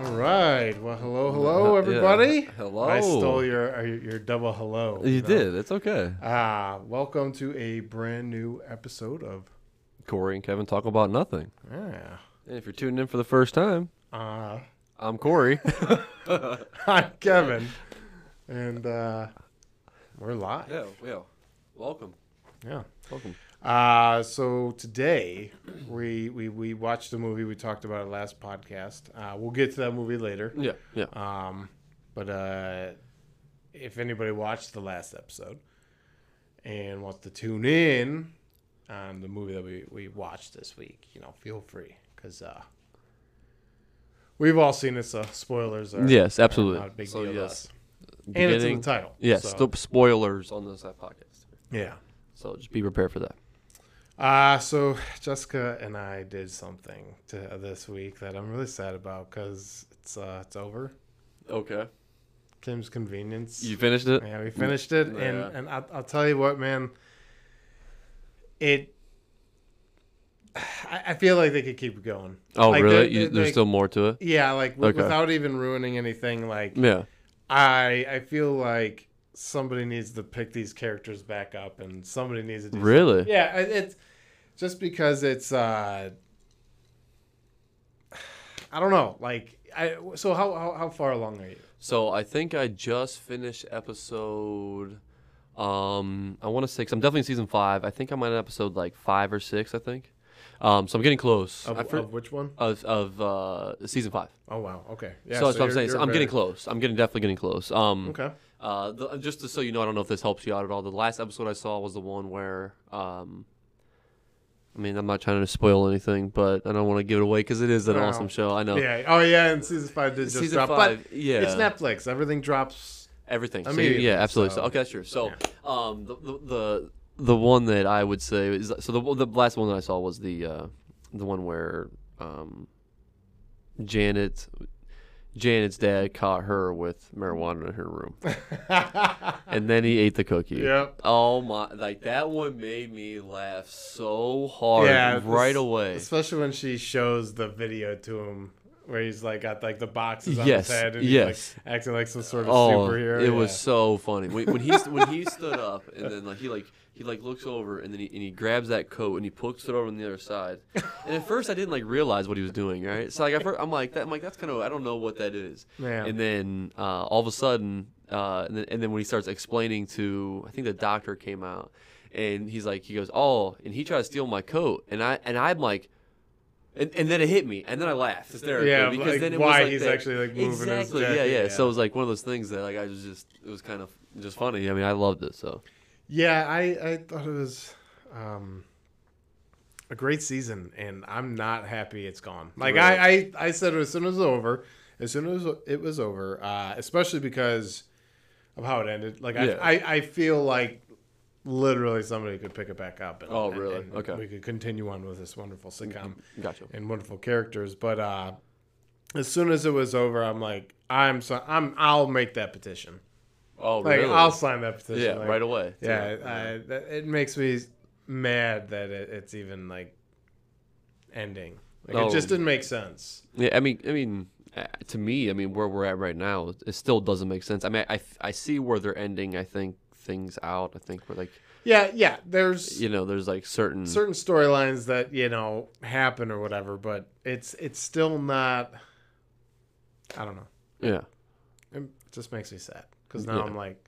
right. Well, hello, hello, Yeah. everybody. Hello. I stole your uh, your double hello. You know? did. It's okay. Ah, welcome to a brand new episode of Corey and Kevin talk about nothing. yeah. And if you're tuning in for the first time, Uh, I'm Corey. I'm Kevin, and uh, we're live. yeah, yeah. Welcome. Yeah. Welcome. Uh, so today we, we we watched the movie we talked about it last podcast. Uh, we'll get to that movie later. Yeah, yeah. Um, but uh, if anybody watched the last episode and wants to tune in on the movie that we, we watched this week, you know, feel free because uh, we've all seen it. So spoilers are Yes, are absolutely. not a big So, deal to yes. us. and it's in the title. Yes, so- still spoilers on this podcast. yeah. So just be prepared for that. Uh, so Jessica and I did something to, this week that I'm really sad about because it's uh, it's over. Okay. Kim's Convenience. You finished it? Yeah, we finished it, Yeah. and and I'll, I'll tell you what, man. It. I I feel like they could keep going. Oh, Like, really? they're- You, they're- there's like- still more to it? Yeah, like w- Okay. without even ruining anything. Like Yeah. I, I feel like somebody needs to pick these characters back up, and somebody needs to do. Really? something. Yeah, it- it's just because it's. uh I don't know. Like, I so how how, how far along are you? So I think I just finished episode. Um, I want to say i I'm definitely in season five. I think I'm on episode like five or six. I think. Um, so I'm getting close. I Of, for- of which one? of, of uh, season five. Oh wow. Okay. Yeah. so that's what I'm you're- saying. So you're I'm getting very- close. I'm getting definitely getting close. Um, Okay. Uh, the, just to, so you know, I don't know if this helps you out at all. The last episode I saw was the one where, um, I mean, I'm not trying to spoil anything, but I don't want to give it away because it is an Wow. awesome show. I know. Yeah. Oh yeah, and season five did just Season drop. five, but yeah. it's Netflix. Everything drops. Everything. So, Immediately, yeah, absolutely. So, so- okay, sure. So, um, the, the the the one that I would say is so the the last one that I saw was the uh, the one where um, Janet Janet's dad caught her with marijuana in her room, and then he ate the cookie. Yep. Oh my! Like that one made me laugh so hard Yeah, right this- away. Especially when she shows the video to him, where he's like got like the boxes on Yes, his head and he's yes. like acting like some sort of Oh, superhero. it yeah. was so funny when, when he when he stood up and then like he like he like looks over and then he, and he grabs that coat and he pokes it over on the other side. And at first I didn't like realize what he was doing. Right, so like I I'm like that. I'm like that's kind of I don't know what that is. Yeah. And then uh, all of a sudden, uh, and, then, and then when he starts explaining to I think the doctor came out and he's like he goes oh and he tried to steal my coat and I and I'm like. And, and then it hit me, and then I laughed hysterically Yeah, because like, then it was why like he's that- actually, like, moving his exactly, yeah, jacket, yeah. yeah. So it was like one of those things that like I was just it was kind of just funny. I mean, I loved it. So Yeah, I I thought it was. Um, a great season, and I'm not happy it's gone. Like I, I, I said, as soon as it was over, as soon as it was over, uh, especially because of how it ended. Like I, Yeah. I, I feel like literally somebody could pick it back up. And, Oh, and- really? and Okay. We could continue on with this wonderful sitcom gotcha. and wonderful characters, but uh, as soon as it was over, I'm like, I'm so I'm I'll make that petition. Oh, Like really? I'll sign that petition. yeah, like, right away. yeah, I, that, it makes me mad that it, it's even like ending. Like No. it just didn't make sense. Yeah, I mean, I mean, uh, to me, I mean, where we're at right now, it still doesn't make sense. I mean, I, I see where they're ending. I think things out. I think we're like, Yeah, yeah. There's you know, there's like certain, certain storylines that you know happen or whatever, but it's it's still not. I don't know. yeah, It just makes me sad because now Yeah. I'm like,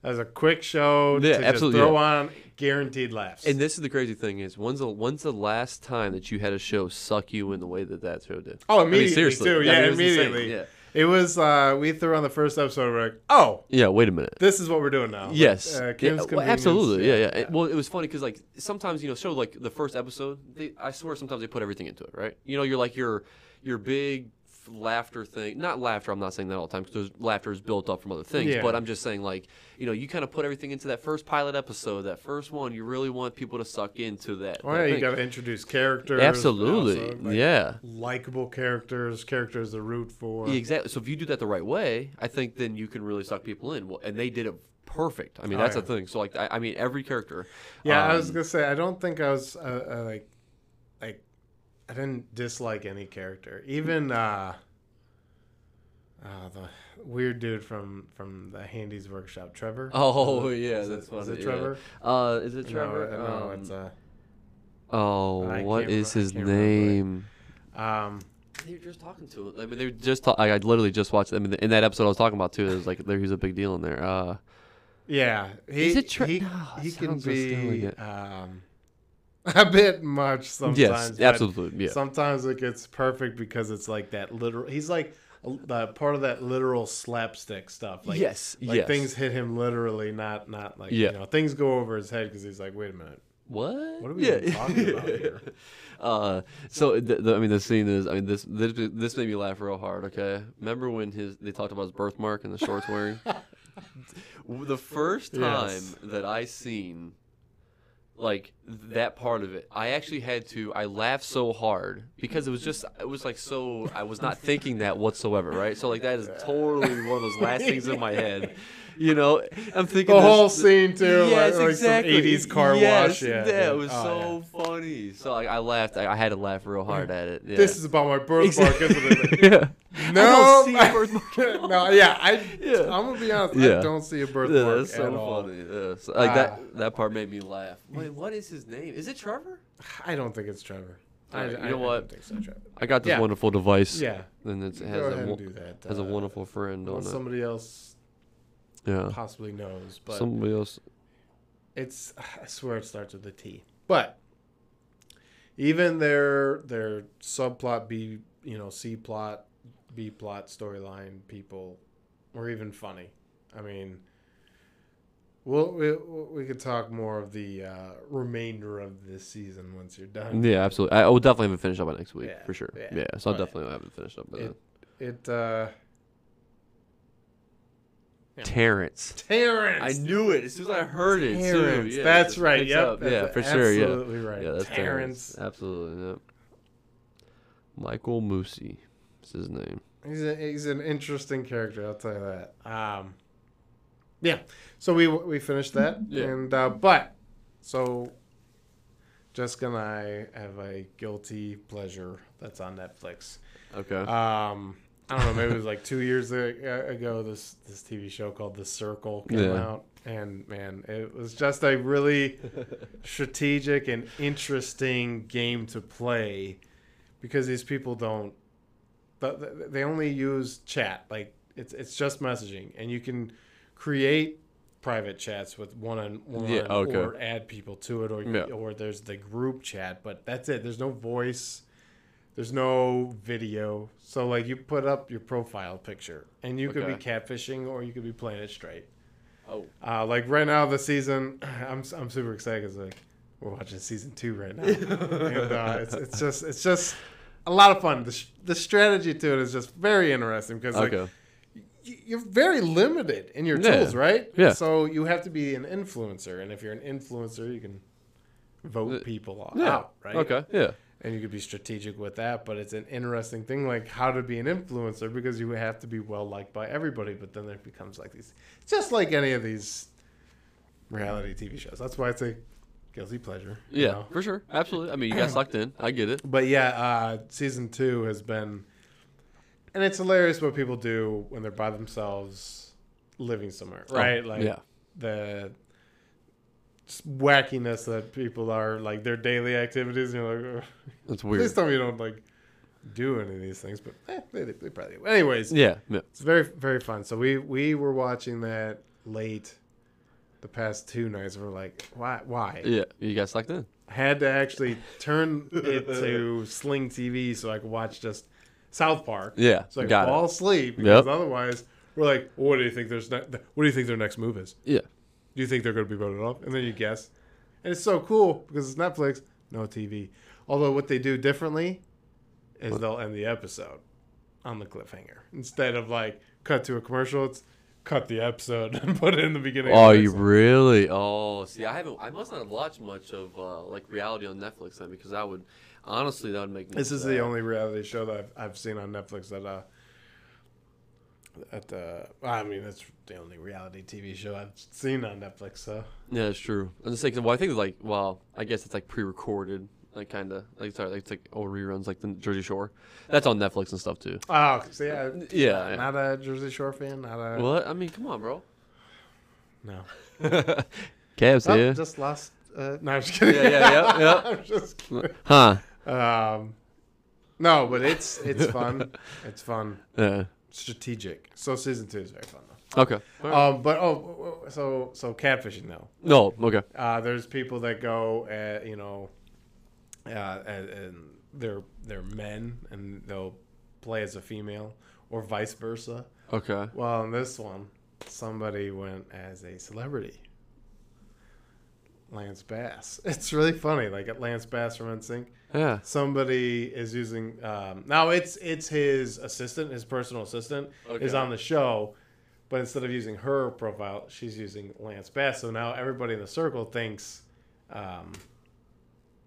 that was a quick show Yeah, to absolutely, just throw yeah. on guaranteed laughs. And this is the crazy thing is when's the when's the last time that you had a show suck you in the way that that show did? oh, I mean, immediately seriously. I too. mean, Yeah, it was insane, immediately. yeah. It was uh, we threw on the first episode. We're like, oh, Yeah. Wait a minute. this is what we're doing now. Yes. Like, uh, Yeah, Kim's well, Convenience. absolutely. Yeah. Yeah. It- Well, it was funny because like sometimes you know show like the first episode, they, I swear sometimes they put everything into it, right? You know, you're like your your big f- laughter thing, not laughter. I'm not saying that all the time because laughter is built up from other things. Yeah. But I'm just saying like you know you kind of put everything into that first pilot episode, that first one. You really want people to suck into that. Oh that yeah, you thing. got to introduce characters. Absolutely. also, like, yeah. Likable characters, characters to root for. Yeah, exactly. So if you do that the right way, I think then you can really suck people in. Well, and they did it perfect. I mean, Oh, that's yeah. the thing. So like, I, I mean, every character. Yeah, I um, was gonna say I don't think I was uh, uh, like, like, I didn't dislike any character. Even uh, uh, the weird dude from from the Handy's Workshop, Trevor. Oh Is it- yeah, is it- that's funny. Is it yeah. Trevor? Uh, is it No, Trevor? uh, No, Um, it's uh, I oh, can't what remem- is I his can't remember it. name? um, They were just talking to him. I mean, they were just. Ta- I, I literally just watched. I mean, in that episode I was talking about too. It was like there, he's a big deal in there. Uh, yeah. He, Is it Tre- He, No, he it can sounds less be elegant. um, a bit much sometimes. yes, but absolutely. Yeah. Sometimes it gets perfect because it's like that literal. He's like a- the part of that literal slapstick stuff. Like, yes. like yes. things hit him literally, not not like Yeah. you know things go over his head because he's like, wait a minute, What? What are we even talking about here? Uh, so the, the, I mean, the scene is. I mean, this this this made me laugh real hard. Okay, remember when his they talked about his birthmark and the shorts wearing? the first time Yes. that I seen like that part of it, I actually had to. I laughed so hard because it was just it was like so. I was not thinking that whatsoever, right? So like that is totally one of those last things in my head. You know, I'm thinking the this- whole scene too, like- Yes, like, exactly. some '80s car yes, wash. Yeah, that yeah. was Oh, yeah. so funny. So like, I laughed. I, I had to laugh real hard at it. Yeah. This is about my birthmark, isn't it? yeah. No, I don't see a birthmark at all. no, yeah, I, Yeah. I'm gonna be honest, Yeah. I don't see a Yeah, birthmark that's so at all. funny. Yeah. So, like Ah. that that part made me laugh. Wait, what is his name? Is it Trevor? I don't think it's Trevor. I, Alright, you I, know I don't what? think so, Trevor. I got this Yeah. wonderful device. Yeah, And go it has ahead a and wo- do that. has a uh, wonderful friend well, on it. somebody else Yeah. possibly knows, but Somebody else. it's I swear it starts with a T. But even their their subplot B you know, C plot, B plot storyline people were even funny. I mean We'll, we we could talk more of the uh, remainder of this season once you're done. Yeah, absolutely. I, I will definitely have it finished up by next week Yeah, for sure. yeah. Yeah. so I'll But definitely have it finished up by then. it- It uh, yeah. Terrence. I Terrence. knew it as soon as I heard it. too. Terrence. Yeah, that's it right. picks Yep. up. Yeah, that's for sure. Yeah. Absolutely right. Yeah, that's Terrence. Terrence. Absolutely. Yep. Michael Moosey is his name. He's a, he's an interesting character. I'll tell you that. Um, yeah. So we we finished that, Yeah. and uh, but so Jessica and I have a guilty pleasure that's on Netflix. Okay. Um, I don't know. Maybe it was like two years a- ago. This this TV show called The Circle came Yeah. out, and man, it was just a really strategic and interesting game to play because these people don't. th- th- They only use chat. Like it's it's just messaging, and you can create private chats with one on one Yeah, okay. or add people to it or Yeah. or there's the group chat but that's it there's no voice there's no video. So like you put up your profile picture and you could be Okay. catfishing or you could be playing it straight. oh. Uh, like right now the season, I'm I'm super excited because like we're watching season two right now, and uh, it's it's just it's just a lot of fun. The, sh- the strategy to it is just very interesting because like Okay. y- you're very limited in your Yeah. tools, right? Yeah. So you have to be an influencer, and if you're an influencer, you can vote people Uh, yeah. out, right? Okay. Yeah. and you could be strategic with that but it's an interesting thing like how to be an influencer because you have to be well liked by everybody but then there becomes like these just like any of these reality tv shows that's why it's a guilty pleasure you Yeah. know? For sure. Absolutely. I mean, you got sucked in. I get it. but yeah uh season two has been and it's hilarious what people do when they're by themselves living somewhere right Oh, like yeah. the just wackiness that people are like their daily activities and you're like "Ugh." That's Please weird. tell me you don't like do any of these things, but eh, they, they, they probably. do. Anyways, Yeah. Yeah. it's very very fun. So we we were watching that late. The past two nights, we're like, why? Why? Yeah. You got sucked in. Had to actually turn it to Sling TV so I could watch just South Park. Yeah. So I could got fall asleep because Yep. otherwise, we're like, what do you think? There's ne- what do you think their next move is? it. Yeah. Do you think they're going to be voted off? And then you guess. And it's so cool because it's Netflix, no TV. Although what they do differently is they'll end the episode on the cliffhanger instead of like cut to a commercial. It's cut the episode and put it in the beginning. of Oh, the you next one. really? Oh, see, I haven't. I must not have watched much of uh, like reality on Netflix then, because I would honestly that would make. me This is the sad. only reality show that I've, I've seen on Netflix that uh. At the, I mean, that's the only reality TV show I've seen on Netflix. So Yeah, it's true. I was just like, well, I think it's like, well, I guess it's like pre-recorded. like kind of like sorry, like it's like old reruns, like the Jersey Shore. That's on Netflix and stuff too. Oh, see, I, Yeah. yeah. not a Jersey Shore fan. Not a What? I mean, come on, bro. no. Cavs Oh, here. Just lost. Uh, no, I'm just kidding. Yeah, yeah, yeah, yeah. I'm just kidding. huh? Um, no, but it's it's fun. It's fun. Yeah. Strategic. So season two is very fun though. Okay. All right. Um, but oh, w- w- so so catfishing though. no. Okay. Uh, there's people that go, uh, you know, uh, and, and they're they're men and they'll play as a female or vice versa. Okay. Well, in this one, somebody went as a celebrity. Lance Bass. It's really funny. Like at Lance Bass from NSYNC, Yeah. somebody is using. Um, now it's it's his assistant, his personal assistant, is Okay. on the show, but instead of using her profile, she's using Lance Bass. So now everybody in the circle thinks um,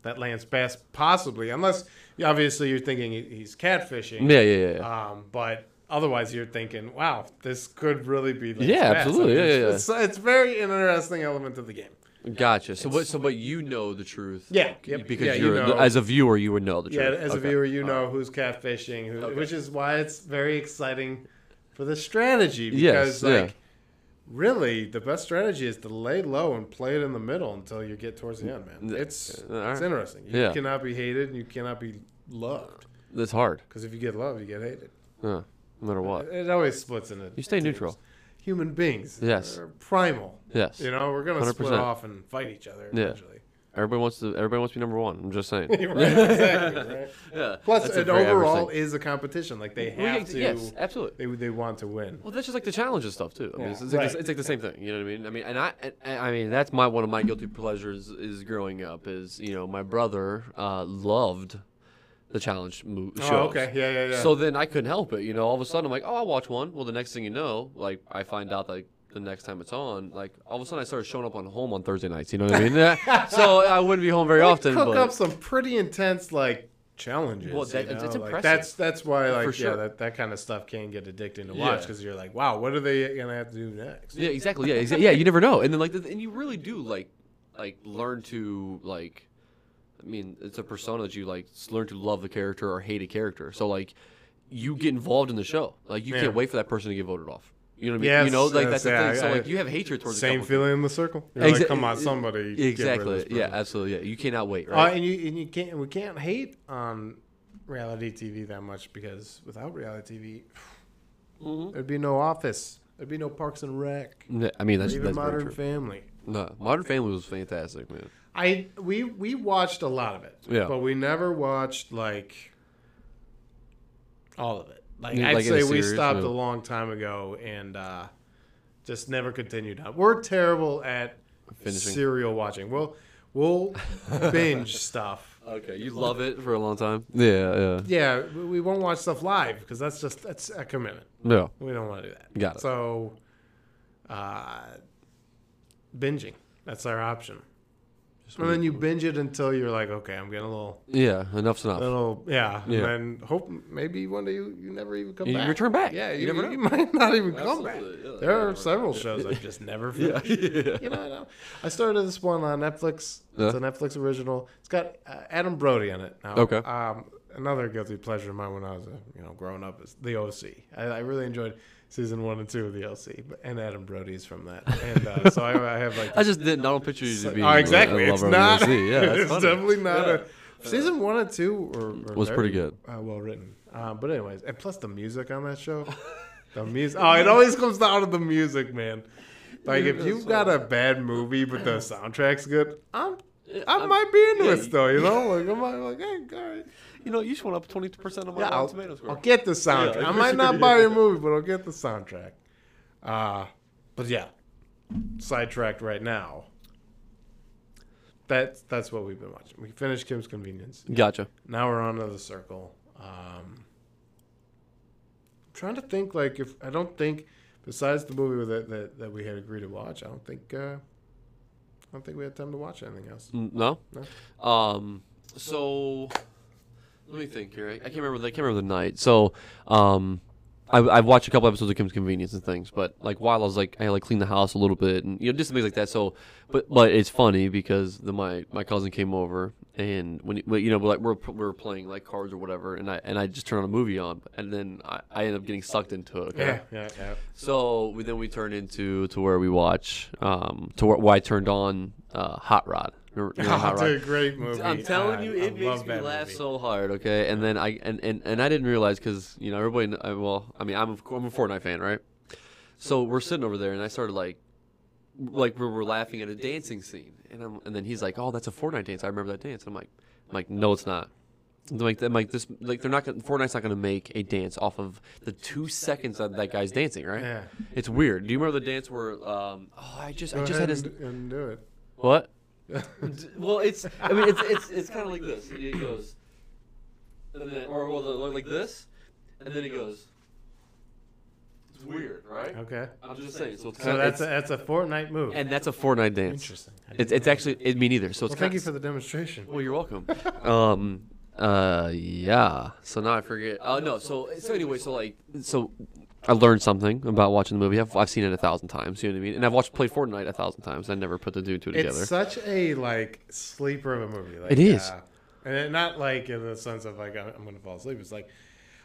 that Lance Bass possibly, unless obviously you're thinking he- he's catfishing. Yeah. Yeah. Yeah. yeah. Um, but otherwise, you're thinking, wow, this could really be. Lance Yeah, Bass. absolutely. Yeah, yeah, yeah. It's, it's very interesting element of the game. Gotcha. So what? So but you know the truth. Yeah, c- yep, Because yeah, you you're know. as a viewer, you would know the Yeah, truth. as a Okay. viewer, you know who's catfishing, who, which is why it's very exciting for the strategy because, Yes, yeah. like, really, the best strategy is to lay low and play it in the middle until you get towards the end, man. Th- It's uh, all it's right. interesting. You Yeah. cannot be hated, and you cannot be loved That's hard. because if you get loved, you get hated. Uh, no matter what. It, it always splits into. You stay teams. neutral. Human beings. Yes. are primal. Yes. You know, we're gonna split 100%. off and fight each other Yeah. eventually. Everybody wants to. Everybody wants to be number one. I'm just saying. You're right, exactly, right? yeah. Plus, that's a it very average overall thing. is a competition. Like they Well, have yeah, to. Yes, absolutely. They they want to win. Well, that's just like the challenge and stuff too. I mean, Yeah. it's, it's like Right. the, it's like the same thing. You know what I mean? I mean, and I, and, and I mean, that's my one of my guilty pleasures is growing up is you know my brother uh, loved the challenge mo- shows. Oh, okay. Yeah, yeah, yeah. So then I couldn't help it. You know, all of a sudden I'm like, oh, I'll watch one. Well, the next thing you know, like I find out like the next time it's on, like all of a sudden I started showing up on home on Thursday nights. You know what I mean? so I wouldn't be home very often. cook but up some pretty intense like challenges. Well, that- you it's- it's know? Like, impressive. that's that's why like yeah sure. that, that kind of stuff can get addicting to Yeah. watch because you're like wow what are they gonna have to do next? Yeah, exactly. Yeah, exa- yeah. You never know, and then like, the, and you really do like, like learn to like. I mean, it's a persona that you like s- learn to love the character or hate a character. So like, you get involved in the show. Like you Yeah. can't wait for that person to get voted off. You know what I mean? Yes, you know, like yes, that's the yeah, thing. I- So like, I- you have hatred towards a Same couple feling in the circle. You're like, Exa- come on, somebody. people. get rid of Exactly. this Yeah, person." absolutely. Yeah, you cannot wait. Uh, Right? and you and you can't we can't hate on reality TV that much because without reality TV, Mm-hmm. there'd be no Office, there'd be no Parks and Rec, Yeah, I mean, that's even that's very Modern true. Family. No, Modern Family was fantastic, man. I we we watched a lot of it, Yeah. but we never watched like all of it. Like You mean, I'd like, in a say we series, stopped no? a long time ago and uh, just never continued on. We're terrible at Finishing. serial watching. We'll we'll binge stuff. Okay, you love it for a long time. Yeah, yeah. Yeah, we we won't watch stuff live because that's just that's a commitment. No, We don't want to do that. Got it. So, uh, binging that's our option. And then you binge it until you're like, okay, I'm getting a little, yeah. Enough's enough. a little, yeah. Yeah. And then hope maybe one day you, you never even come You back. return back. Yeah, You you, never know. you might not even come back. Absolutely. Yeah, there yeah, are right. several shows I've just never Yeah. finished. You know, I, know. I started this one on Netflix. Yeah. It's a Netflix original. It's got uh, Adam Brody in it now. Okay. Um, another guilty pleasure of mine when I was, a, you know, growing up is The OC. I, I really enjoyed season one and two of The OC, but, and Adam Brody's from that. And uh, so I, I have like I just didn't. I don't picture you to be. Oh, exactly. It's not. Yeah, that's it's funny. definitely not a. Season one and two were, were Was pretty very, good. Uh, well written. Uh, but anyways, and plus the music on that show, the music. Oh, it always comes down to the music, man. Like if you've got uh, a bad movie but the soundtrack's good, I'm. I might be into yeah, it still, you know. Like I might be like, hey, all right. You know, you just went up twenty percent on my yeah, Rotten I'll, Tomatoes I'll score. get the soundtrack. I might not buy your movie, but I'll get the soundtrack. Uh, but yeah, sidetracked right now. That's that's what we've been watching. We finished Kim's Convenience. Gotcha. Now we're on to the Circle. Um, I'm trying to think. Like, if I don't think, besides the movie that that, that we had agreed to watch, I don't think. Uh, I don't think we had time to watch anything else. N- No. No. Um. So, let me think here. I I can't remember. The, I can't remember the night. So, um, I, I've watched a couple episodes of Kim's Convenience and things, but like while I was like I like cleaned the house a little bit and you know just things like that. So, but but it's funny because the, my my cousin came over and when well, you know like we're we're playing like cards or whatever and I and I just turned on a movie on and then I, I ended up getting sucked into it. Okay. Yeah, yeah, yeah. So we, then we turn into to where we watch um to where, where I turned on uh, Hot Rod. Remember- remember Hot it's Rod? a great movie. I'm telling you, I- I it makes love me that laugh movie. so hard. Okay, and then I and and, and I didn't realize because you know everybody. kn- I- Well, I mean, I'm a, I'm a Fortnite fan, right? So we're sitting over there, and I started like, like we were laughing at a dancing scene, and I'm and then he's like, "Oh, that's a Fortnite dance. I remember that dance." I'm like, I'm like, no, it's not. I'm like, I'm like this, like they're not gonna, Fortnite's not gonna make a dance off of the two seconds that that guy's dancing, right? Yeah. It's weird. Do you remember the dance where? Um, oh, I just, Go I just ahead had his and, and do it. what? D- well, it's. I mean, it's it's it's kind of like this. It goes, and then or well, the- like this, and then it goes. It's weird, right? Okay. I'm just saying. So it's kind So of that's a, that's a Fortnite move. and that's a Fortnite dance. Interesting. I It's it's actually it, me neither. So well, it's thank kinda- you for the demonstration. well, you're welcome. um, uh, yeah. So now I forget. Oh no. So so anyway, so like so. I learned something about watching the movie. I've, I've seen it a thousand times. You know what I mean? And I've watched played Fortnite a thousand times. I never put the two and two together. It's such a like sleeper of a movie. Like, It is. uh, and it- not like in the sense of like I'm, I'm gonna fall asleep. It's like,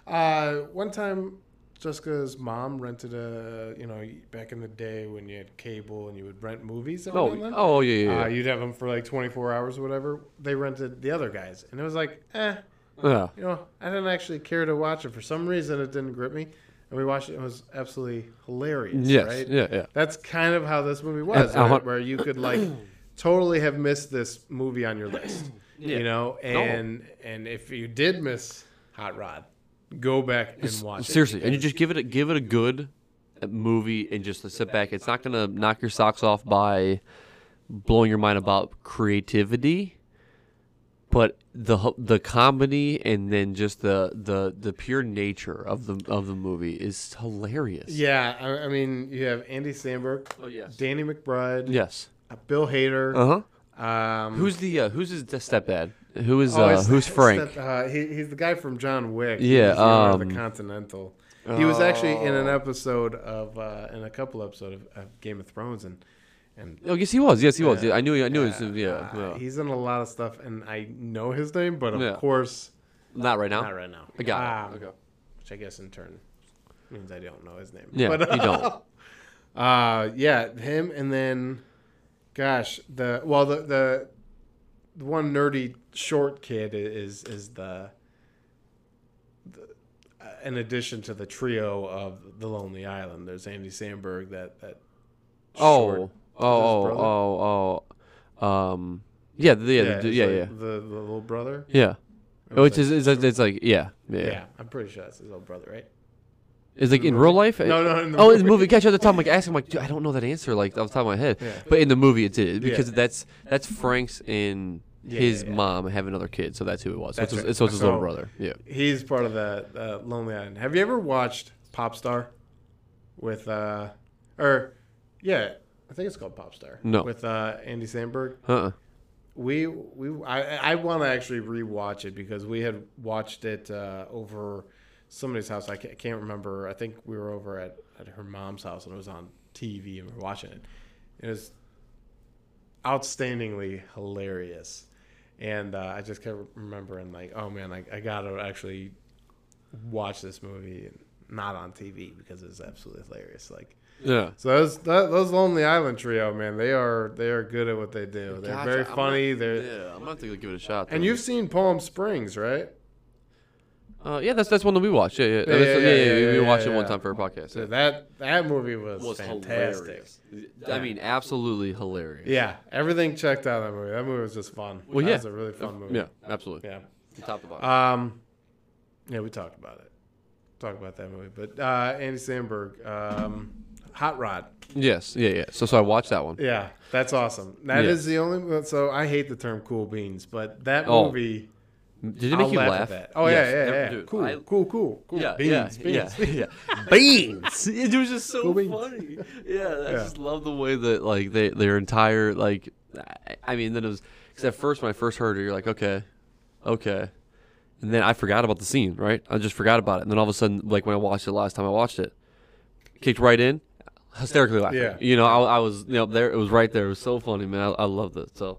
uh, one time Jessica's mom rented a you know back in the day when you had cable and you would rent movies. on Oh, mainland. oh yeah, yeah, Uh, yeah. you'd have them for like 24 hours or whatever. They rented the other guys, and it was like, eh, yeah. you know, I didn't actually care to watch it. For some reason, it didn't grip me. And we watched it. It was absolutely hilarious. Yes. Right? Yeah. Yeah. That's kind of how this movie was, And uh-huh. I right? want- where you could like totally have missed this movie on your list, Yeah. you know. And and if you did miss Hot Rod, go back and watch Seriously, it. and you just give it a, give it a good uh, movie and just sit back. It's not gonna knock your socks off by blowing your mind about creativity, but the ho- the comedy and then just the the the pure nature of the of the movie is hilarious. yeah, I, I mean, you have Andy Samberg, Oh yes. Danny McBride, Yes. uh, Bill Hader. Uh huh. Um, Who's the uh, who's his stepdad? Who is oh, uh, it's- who's it's Frank? that, uh, he, he's the guy from John Wick. Yeah, he's the owner of um, Oh. the Continental. He was actually in an episode of, uh, in a couple episode of, of Game of Thrones, and and Oh, yes, he was. Yes, he was. Yeah. Yeah, I knew. I knew. Yeah. Uh, yeah, uh, yeah. He's in a lot of stuff, and I know his name, but of Yeah. course, Not right now. not right now. Oh. I got Um, it. Okay. Which I guess in turn means I don't know his name. Yeah, but, you don't. Uh, yeah, him, and then, gosh, the well, the the, the one nerdy short kid i- is is the. the uh, in addition to the trio of the Lonely Island, there's Andy Samberg, that that short- Oh, oh, brother? oh, oh, oh. Um, yeah, the, yeah, the dude- it's yeah, like yeah, the the little brother. yeah. It Oh, was it's, like- it's, it's, it's like yeah, yeah. Yeah. I'm pretty sure that's his old brother, right? It's like in real life. No, no, in the oh, in movie. the movie. Catch at the top. I'm like asking, like, dude, I don't know that answer. Like off the top of my head. Yeah. But in the movie, it did Yeah. because that's that's Frank's and Yeah, his yeah, yeah. mom have another kid, so that's who it was. So That's it's, his- right. Oh. so it's his little So- brother. Yeah. He's part of the uh, Lonely Island. Have you ever watched Popstar with uh or yeah, I think it's called Popstar. No. With uh Andy Sandberg. Uh. We we I I want to actually rewatch it because we had watched it uh over somebody's house. I can't, can't remember. I think we were over at at her mom's house and it was on TV and we were watching it. It was outstandingly hilarious. And uh, I just kept remembering, like, oh man, I, I gotta actually watch this movie, not on TV because it's absolutely hilarious. Like, Yeah. so those that, those Lonely Island trio, man, they are they are good at what they do. They're Gotcha. very I'm funny. Not, They're yeah, I'm gonna have to give it a shot. and though. you've seen Palm Springs, right? Uh, yeah, that's that's one that we watched. Yeah, yeah, yeah, yeah, yeah, yeah, yeah, yeah, We yeah, watched it one yeah. time for a podcast. So Yeah. that that movie was, was fantastic. hilarious. I mean, absolutely hilarious. Yeah, everything checked out in that movie. That movie was just fun. Well, that yeah. was a really fun movie. Yeah, absolutely. yeah. Top to bottom. Um, yeah, we talked about it. Talked about that movie, but uh, Andy Samberg, um, Hot Rod. yes, yeah, yeah. So, so I watched that one. Yeah, that's awesome. That is Yeah. the only. So I hate the term "cool beans," but that Oh, movie. Did it I'll make you laugh, laugh? at that. Oh Yes, yeah, yeah, ev- yeah. dude, cool, I- cool, cool, cool. yeah, beans, yeah, beans. yeah, yeah, beans. It was just so Cool beans. funny. Yeah, I Yeah. just love the way that like they their entire like, I- I mean, then it was because at first when I first heard it, you're like, okay, okay, and and then I forgot about the scene, right? I just forgot about it, and then all of a sudden, like when I watched it last time, I watched it, kicked right in, hysterically laughing. Yeah. You know, I, I was you know there, it was right there. It was so funny, man. I, I loved it. So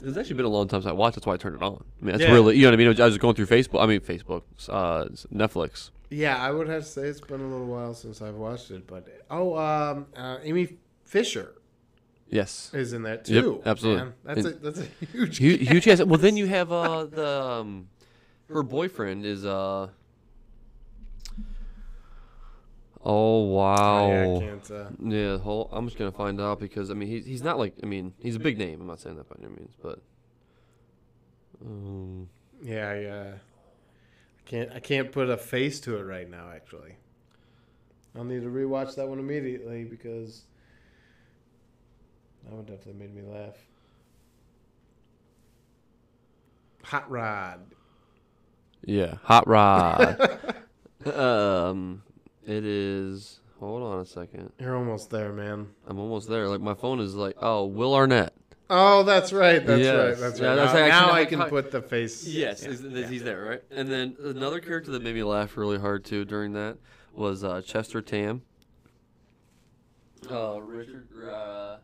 it's actually been a long time since I watched. it, That's why I turned it on. I mean, that's Yeah. really you know what I mean. I was just going through Facebook. I mean, Facebook, uh, Netflix. Yeah, I would have to say it's been a little while since I've watched it, but oh, um, uh, Amy Fisher Yes. is in that Yep, too. absolutely. man. That's a, that's a huge. Huge, huge ass. Well, then you have uh, the um, her boyfriend is uh. Oh wow! Yeah, I can't. Uh, Yeah, whole, I'm just gonna find out because I mean he's he's not like I mean he's a big name. I'm not saying that by any means, but um, yeah, I, uh, I can't. I can't put a face to it right now. Actually, I'll need to rewatch that one immediately because that one definitely made me laugh. Hot Rod. yeah, Hot Rod. um, it is. Hold on a second. You're almost there, man. I'm almost there. Like my phone is like oh Will Arnett. Oh, that's right. That's right. Yes. That's right. Yeah, that's now like- now actually, I I can caught- put the face. Yes, Yeah. is- is- he's there, right? And then another character that made me laugh really hard too during that was uh, Chester Tam. Uh, Richard. Uh,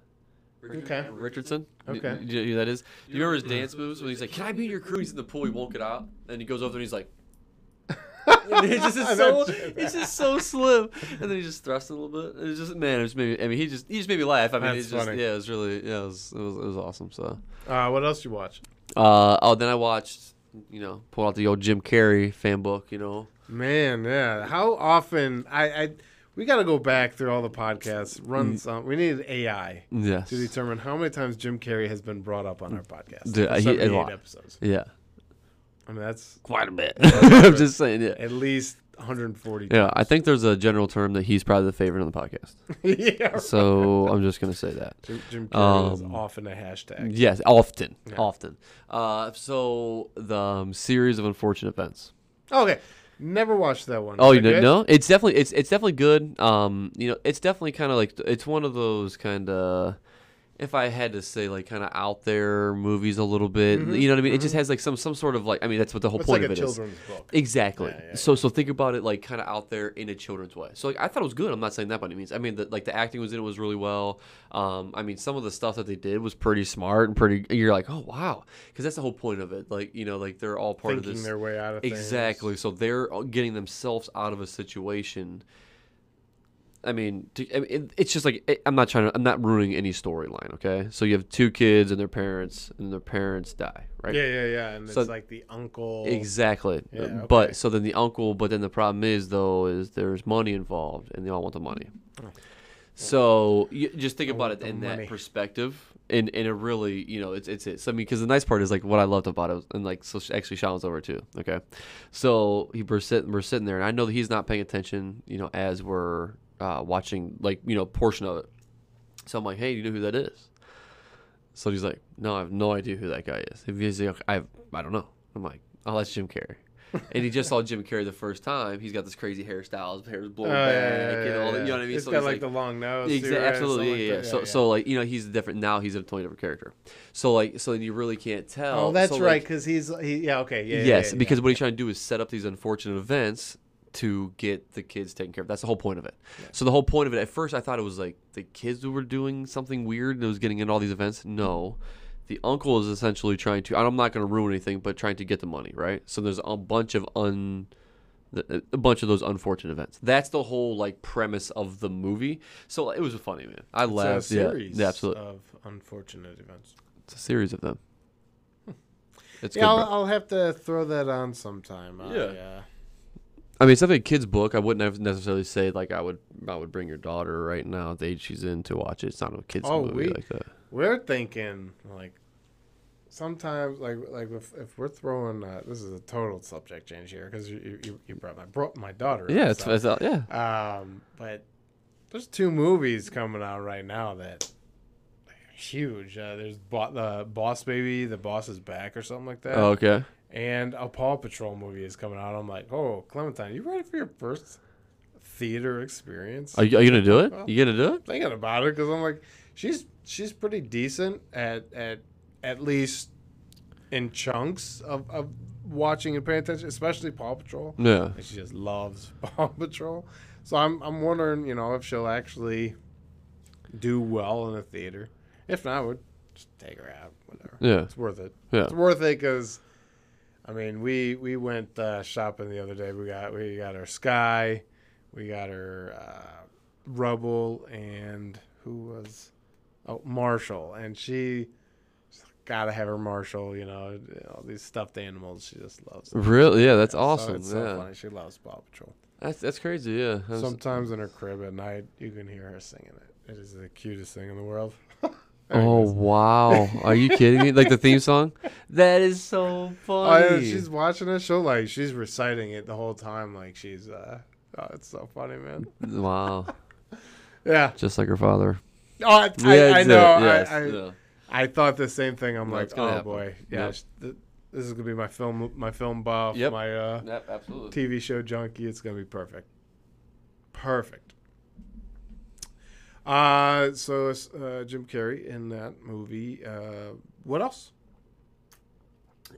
Richard Okay. Richardson. Do- Okay. do you know who that is? Do you remember his dance moves when he's like, "Can I be in your crew?" He's in the pool. He won't get out, and he goes over there and he's like. And it's just it's so That's- it's just so slim, and then he just thrusts a little bit. It's just man, it just made me. I mean, he just he just made me laugh. I mean, That's it's just funny. yeah, it was really yeah, it was it was, it was awesome. So. Uh, what else you watch? Uh, oh, then I watched, you know, pulled out the old Jim Carrey fan book, you know. Man, yeah. How often I, I we got to go back through all the podcasts. Mm. Run some. We need AI Yes. to determine how many times Jim Carrey has been brought up on our podcast. Dude, For uh, he- a 78 lot. episodes. Yeah. I mean, that's Quite a bit. I'm just saying, yeah. at least 140. Yeah, I think there's a general term that he's probably the favorite on the podcast. yeah. So I'm just gonna say that. Jim, Jim Carrey is Um, often a hashtag. Yes, often, Yeah. often. Uh, so the um, series of unfortunate events. Okay. Never watched that one. Oh, Is you that know, good? no, it's definitely it's it's definitely good. Um, you know, it's definitely kind of like it's one of those kind of, if I had to say, like kind of out there movies a little bit. You know what I mean? It just has like some some sort of like I mean that's what the whole Mm-hmm, It's like point of a it is. children's book. Exactly. Yeah, yeah, so so think about it like kind of out there in a children's way. So like I thought it was good. I'm not saying that by any means. I mean the, like the acting was in it was really well. Um, I mean some of the stuff that they did was pretty smart and pretty. and You're like oh wow because that's the whole point of it. Like you know like they're all part of Thinking this their way out of things. Exactly. So they're uh, getting themselves out of a situation. I mean, to, I mean it, it's just like it, I'm not trying to. I'm not ruining any storyline. Okay. So you have two kids and their parents, and their parents die. Right. Yeah, yeah, yeah. And So- it's like the uncle. Exactly. Yeah, Uh, okay. But so then the uncle, but then the problem is though is there's money involved, and they all want the money. So you, just think Oh. about want it the in money. that perspective, and and it really you know it's it's it's I mean because the nice part is like what I loved about it, and like so sh- actually Sean was over too. Okay, so he we're sitting we're sitting there, and I know that he's not paying attention, you know, as we're uh, watching like you know portion of it. So I'm like, hey, you know who that is? So he's like, no, I have no idea who that guy is. He's like, I, I don't know. I'm like, oh, that's Jim Carrey. and he just saw Jim Carrey the first time. He's got this crazy hairstyle, his hair's Oh, blown yeah, back, yeah, yeah, and all that. yeah. You know what I mean? It's so got he's like, like, the long nose. Exactly. cigarette, Absolutely. something Yeah, yeah. like that. So, so like you know, he's different now. He's a totally different character. So like, so then you really can't tell. oh, that's So, like, right, because he's he, yeah okay yeah yeah, yes, yeah, yeah. because what he's trying to do is set up these unfortunate events to get the kids taken care of. That's the whole point of it. So the whole point of it at first, I thought it was like the kids were doing something weird and it was getting in all these events. No. The uncle is essentially trying to. I'm not going to ruin anything, but trying to get the money, right? So there's a bunch of un, the- a bunch of those unfortunate events. That's the whole like premise of the movie. So it was funny, man. I It's a laughed. series yeah, yeah, absolutely. of unfortunate events. It's a series of them. It's Yeah, good, I'll, bro. I'll have to throw that on sometime. I, Yeah. uh, I mean, it's definitely a kid's book. I wouldn't have necessarily say like I would. I would bring your daughter right now, at the age she's in, to watch it. It's not a kids Oh, movie we- like that. we're thinking like sometimes like like if, if we're throwing uh, this is a total subject change here because you, you you brought my brought my daughter. up, Yeah, it's, so. it's uh, yeah. Um, but there's two movies coming out right now that are huge. Uh, there's Bo- the Boss Baby, The Boss is Back, or something like that. Oh, okay. And a Paw Patrol movie is coming out. I'm like, oh, Clementine, you ready for your first theater experience? Are you, are you gonna do it? Well- You gonna do it? thinking about her because I'm like, she's she's pretty decent at at at least in chunks of of watching and paying attention, especially Paw Patrol. Yeah. And she just loves Paw Patrol. So I'm I'm wondering, you know, if she'll actually do well in the theater. If not, we'd just take her out, whatever. Yeah. It's worth it. Yeah. It's worth it because, I mean, we we went uh, shopping the other day. We got we got our Sky, we got her uh, Rubble, and who was oh Marshall, and she. she's Gotta have her Marshall, you know, all these stuffed animals. She just loves. them. Really? Yeah, that's So awesome. it's yeah. so funny. She loves Paw Patrol. That's that's crazy. Yeah. That was- Sometimes in her crib at night, you can hear her singing it. It is the cutest thing in the world. oh Anyways. wow! Are you kidding me? Like the theme song? That is so Oh, funny. yeah, she's watching it. She'll like she's reciting it the whole time. Like she's uh, oh, it's so funny, man. wow. Yeah. Just like her father. Oh, I, I, yeah, I it's it. know. Yes, I, I, yeah. I thought the same thing. I'm No, like, it's oh gonna happen. boy, yeah. Yep. sh- th- this is gonna be my film, my film buff, Yep. my uh, Yep, absolutely. TV show junkie. It's gonna be perfect. Perfect. Uh, so it's, uh, Jim Carrey in that movie. Uh, what else?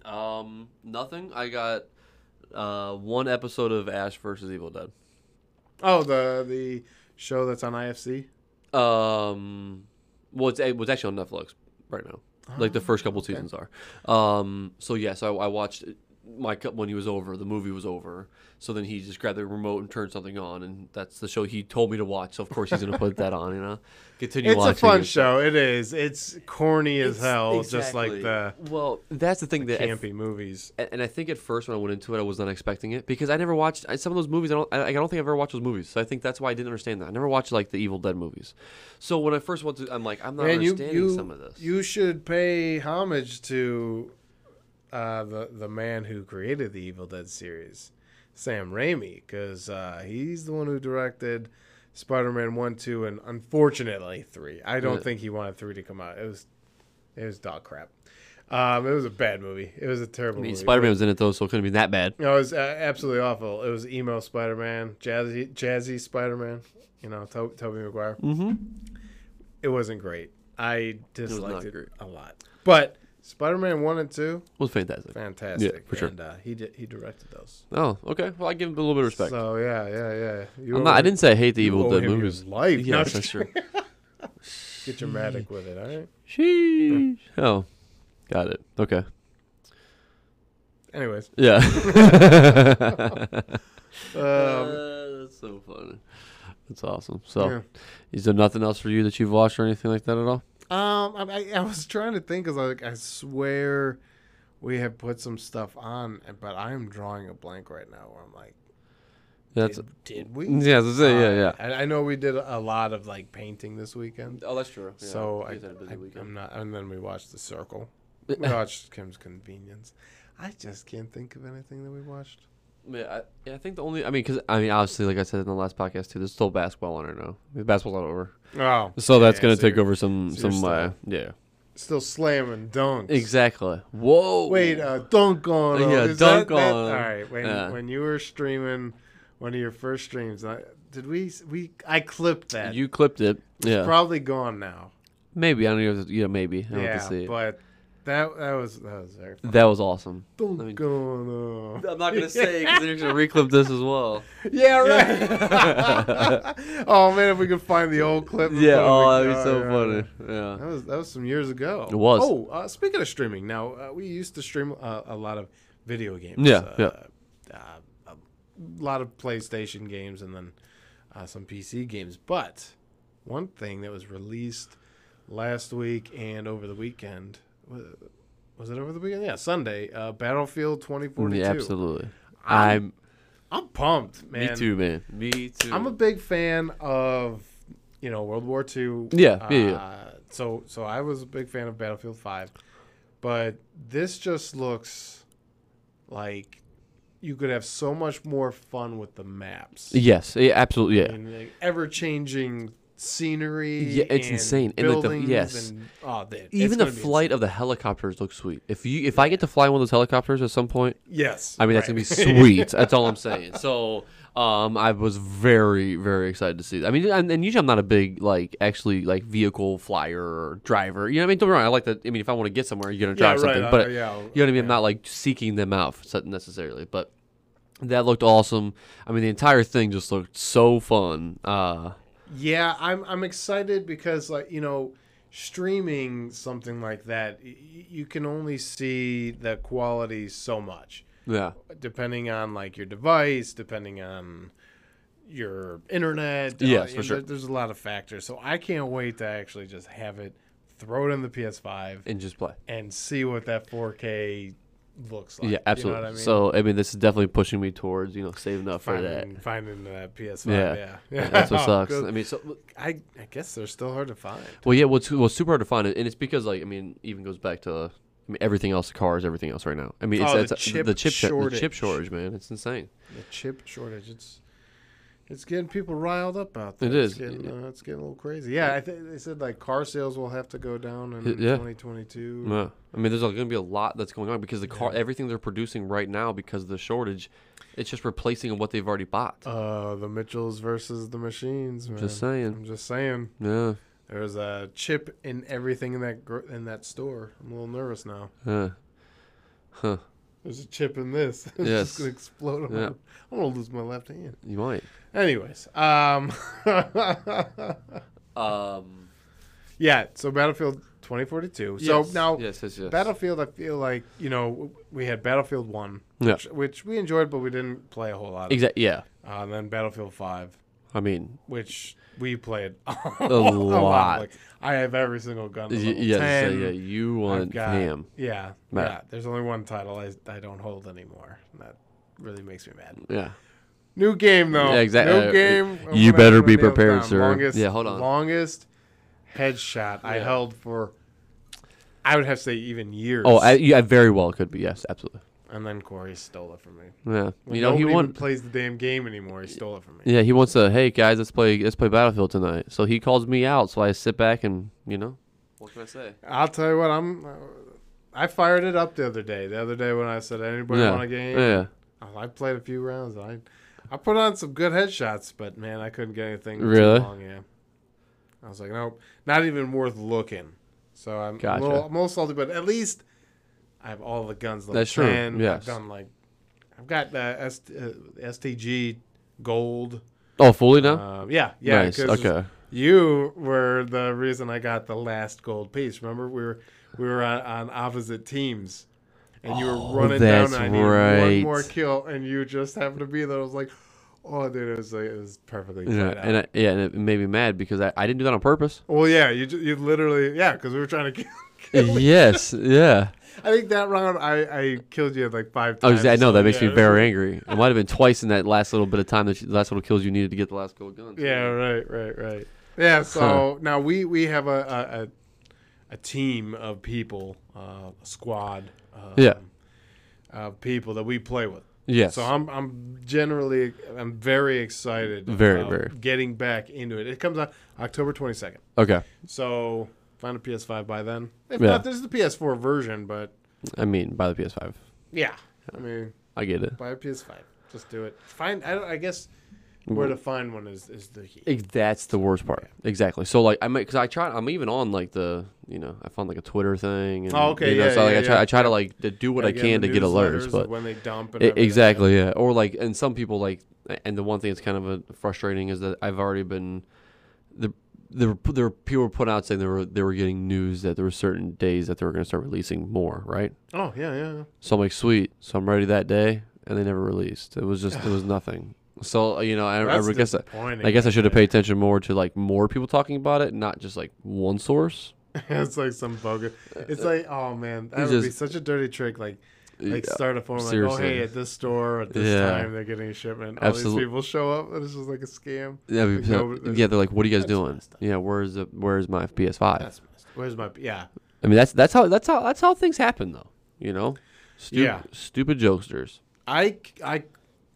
Um, nothing. I got uh one episode of Ash versus Evil Dead. Oh, the the show that's on IFC. Um, well, it's, it was actually on Netflix right now. Like the first couple okay. seasons are. Um, so yes, I, I watched it- my cu- when he was over. The movie was over. So then he just grabbed the remote and turned something on, and that's the show he told me to watch. So of course he's gonna put that on. You know, continue. It's a watching fun it. show. It is. It's corny as It's- hell, just like exactly. the Well, that's the thing that I campy movies. and, and I think at first when I went into it, I was not expecting it because I never watched I, some of those movies. I don't, I, I don't think I've ever watched those movies, so I think that's why I didn't understand that. I never watched like the Evil Dead movies, so when I first went to, I'm like, I'm not Man, you understanding you, some of this. you should pay homage to uh, the the man who created the Evil Dead series, Sam Raimi, because uh, he's the one who directed Spider-Man one, two, and unfortunately three. I don't Yeah. think he wanted three to come out. It was it was dog crap. Um, it was a bad movie. It was a terrible. I mean, movie. Spider Man was in it though, so it couldn't be that bad. No, it was uh, absolutely awful. It was emo Spider Man, jazzy jazzy Spider Man. You know, to- Toby Maguire. Mm-hmm. It wasn't great. I not disliked it, great. a lot. But Spider Man one and two, was fantastic. fantastic. for sure. And uh, he di- he directed those. Oh, okay. Well, I give him a little bit of respect. So yeah, yeah, yeah. You I'm not, I owe- didn't say I hate the you Evil owe Dead him your movies. Life. Yeah, No, that's true. Get dramatic with it. All right. Sheesh. Oh, got it. Okay. Anyways, Yeah. Uh, um, that's so funny. That's awesome. So. yeah. Is there nothing else for you that you've watched or anything like that at all? Um, I- I, I was trying to think because like I swear we have put some stuff on, but I am drawing a blank right now. Where I'm like, That's did, did we? yeah, that's it, yeah, Uh, yeah. I, I know we did a lot of like painting this weekend. Oh, that's true. so I, I, am not, and then we watched The Circle. We watched Kim's Convenience. I just can't think of anything that we watched. yeah, I, yeah, I think the only, I mean, because I mean, obviously, like I said in the last podcast too, there's still basketball on right now. The basketball's not over, Oh, so that's gonna take over. over some so you're some. Uh, yeah, Still slamming dunks. exactly. Whoa. Wait, uh, dunk on. Oh, Yeah, 'em. Is dunk that, that- on 'em. All right, when Yeah. when you were streaming one of your first streams, I, did we we I clipped that? you clipped it. Yeah, Probably gone now. maybe I don't know. if it's- Yeah, maybe. I don't have to see Yeah, it. but that that was that was very fun. That was awesome. Dunk I mean- on 'em. I'm not gonna say because you're gonna reclip this as well. Yeah, right. oh man, if we could find the old clip. and Yeah, put it oh, in- that'd be so yeah. funny. Yeah. That was that was some years ago. It was. Oh, uh, speaking of streaming, now uh, we used to stream uh, a lot of video games. Yeah, uh, Uh, a lot of PlayStation games and then uh, some PC games. But one thing that was released last week and over the weekend wa- was it over the weekend? Yeah, Sunday. Uh, Battlefield 2042. Yeah, absolutely. I'm- I'm I'm pumped, man. Me too, man. Me too. I'm a big fan of you know World War II. Yeah, yeah, yeah. Uh, so so I was a big fan of Battlefield Five, but this just looks like you could have so much more fun with the maps. yes, yeah, absolutely. Yeah, And ever changing scenery. Yeah, it's and insane. And, like, the- buildings yes. and- oh, dude, it's Even the gonna be flight of the helicopters looks sweet. If you if I get to fly one of those helicopters at some point, insane. Yes, I mean that's right. gonna be sweet. that's all I'm saying. So um, I was very very excited to see. That. I mean, and, and usually I'm not a big like actually like vehicle flyer or driver. You know what I mean? Don't get me wrong. I like that. I mean, if I want to get somewhere, you're gonna Yeah, drive something. right, but uh, yeah, you know what I mean? I'm not like seeking them out for something necessarily, but. That looked awesome. I mean, the entire thing just looked so fun. Uh, Yeah, I'm I'm excited because like you know, streaming something like that, y- y- you can only see the quality so much, yeah, depending on like your device, depending on your internet. uh, Yes, for and sure. there- there's a lot of factors, so I can't wait to actually just have it, throw it in the PS5, and just play. and see what that 4K looks like. yeah, absolutely. You know what I mean? So I mean, this is definitely pushing me towards you know saving up for that. finding finding that PS5. Yeah. Yeah, That's what sucks. Good. I mean, so I I guess they're still hard to find. Well, yeah, well, it's, well, it's super hard to find it, and it's because like I mean, even goes back to I mean everything else, cars, everything else right now. I mean, it's, Oh, the it's chip the chip shor- the chip shortage. shortage, man. It's insane. The chip shortage. It's it's getting people riled up out there. It it's is. Getting, uh, it's getting a little crazy. Yeah, I think they said like car sales will have to go down in Y- yeah. 2022. Yeah. I mean, there's going to be a lot that's going on because the car, everything they're producing right now because of the shortage, it's just replacing what they've already bought. Uh, the Mitchells versus the machines. Man. Just saying. I'm just saying. Yeah, There's a chip in everything in that gr- in that store. I'm a little nervous now. yeah, huh? There's a chip in this. it's Yes. just gonna explode. I'm, Yeah. gonna, I'm gonna lose my left hand. You might. Anyways, um, Um. yeah. So Battlefield 2042. So now Yes. Yes. Yes. Battlefield, I feel like you know w- we had Battlefield One, Yeah. which, which we enjoyed, but we didn't play a whole lot. Of. Exactly. Yeah. Uh, and then Battlefield Five, I mean, which we played a, lot. Like, I have every single gun. to y- level yes. yeah, 10. yeah. You I've want got- ham? Yeah, Right. yeah. There's only one title I, I don't hold anymore. and That really makes me mad. Yeah. New game though. Yeah, exactly. New game. I'm You gonna- better I'm gonna be nail it prepared, down. sir. Longest, Yeah, hold on. Longest headshot I Yeah. held for. I would have to say even years. Oh, I, yeah, very well could be. Yes. Absolutely. and then Corey stole it from me. Yeah. When you know, he nobody won. even plays the damn game anymore. He stole it from me. Yeah, he wants to. Hey guys, let's play. Let's play Battlefield tonight. So he calls me out. So I sit back and you know. What can I say? I'll tell you what, I'm. uh, I fired it up the other day. The other day when I said anybody yeah. want a game, Yeah. Oh, I played a few rounds. I, I put on some good headshots, but man, I couldn't get anything. too Really? long, yeah. I was like, nope, not even worth looking. So I'm a Gotcha. little, I'm a little salty, but at least I have all the guns. Level That's true, 10. yes. I've done like, I've got uh, S, uh, STG gold. Oh, fully now. Uh, yeah, yeah. nice. 'cause Okay. you were the reason I got the last gold piece. Remember, we were we were on, on opposite teams, and you Oh, were running down. that's and I needed right. one more kill, and you just happened to be there. I was like, "Oh, dude, it was like, it was perfectly played Yeah, out." and I, yeah, and it made me mad because I, I didn't do that on purpose. well, yeah, you ju- you literally yeah, because we were trying to kill. kill you. yes. Yeah. I think that round I, I killed you like five Oh, times. exa- I know so that makes yeah, me very angry. It might have been twice in that last little bit of time that you, the last little kills you needed to get the last gold gun. Yeah, right, right, right. Yeah, so now we we have a a, a, a team of people, uh, a squad. Um, Yeah. Of people that we play with. Yes. So I'm I'm generally I'm very excited. Very, about very. Getting back into it. It comes out October 22nd. okay. So find a PS5 by then. If Yeah. not, there's the PS4 version, but I mean, buy the PS5. yeah. I mean, I get it. buy a PS5. Just do it. Find I, don't, I guess where to find one is is the key. Ex- That's the worst part. Exactly. So like I because I try I'm even on like the you know I found like a Twitter thing and Oh, okay, you know, yeah, so like yeah, I try yeah. I try to like to do what I Gotta can in the to get newsletters alerts, of but when they dump and I- everything. exactly yeah or like and some people like and the one thing that's kind of a frustrating is that I've already been the there there were people were put out saying they were they were getting news that there were certain days that they were going to start releasing more right Oh yeah, yeah. yeah. so I'm like sweet so I'm ready that day and they never released it was just it was nothing so you know I, I That's guess. I, disappointing. I guess I should have paid attention more to like more people talking about it, not just like one source. it's like some bogus. It's like, oh man, that It's would be Uh, just- such a dirty trick. Like, like Yeah, start a form like, oh seriously. hey, at this store at this Yeah. time they're getting a shipment. All Absolute- these people show up, and it's just like a scam. Yeah, we- Like, no, yeah, they're like, "What are you guys that's doing?" messed up. Yeah, where's the where's my PS5? That's messed. Where's my yeah? I mean, that's that's how that's how that's how things happen though. You know, Stu- Yeah. stupid jokesters. I I,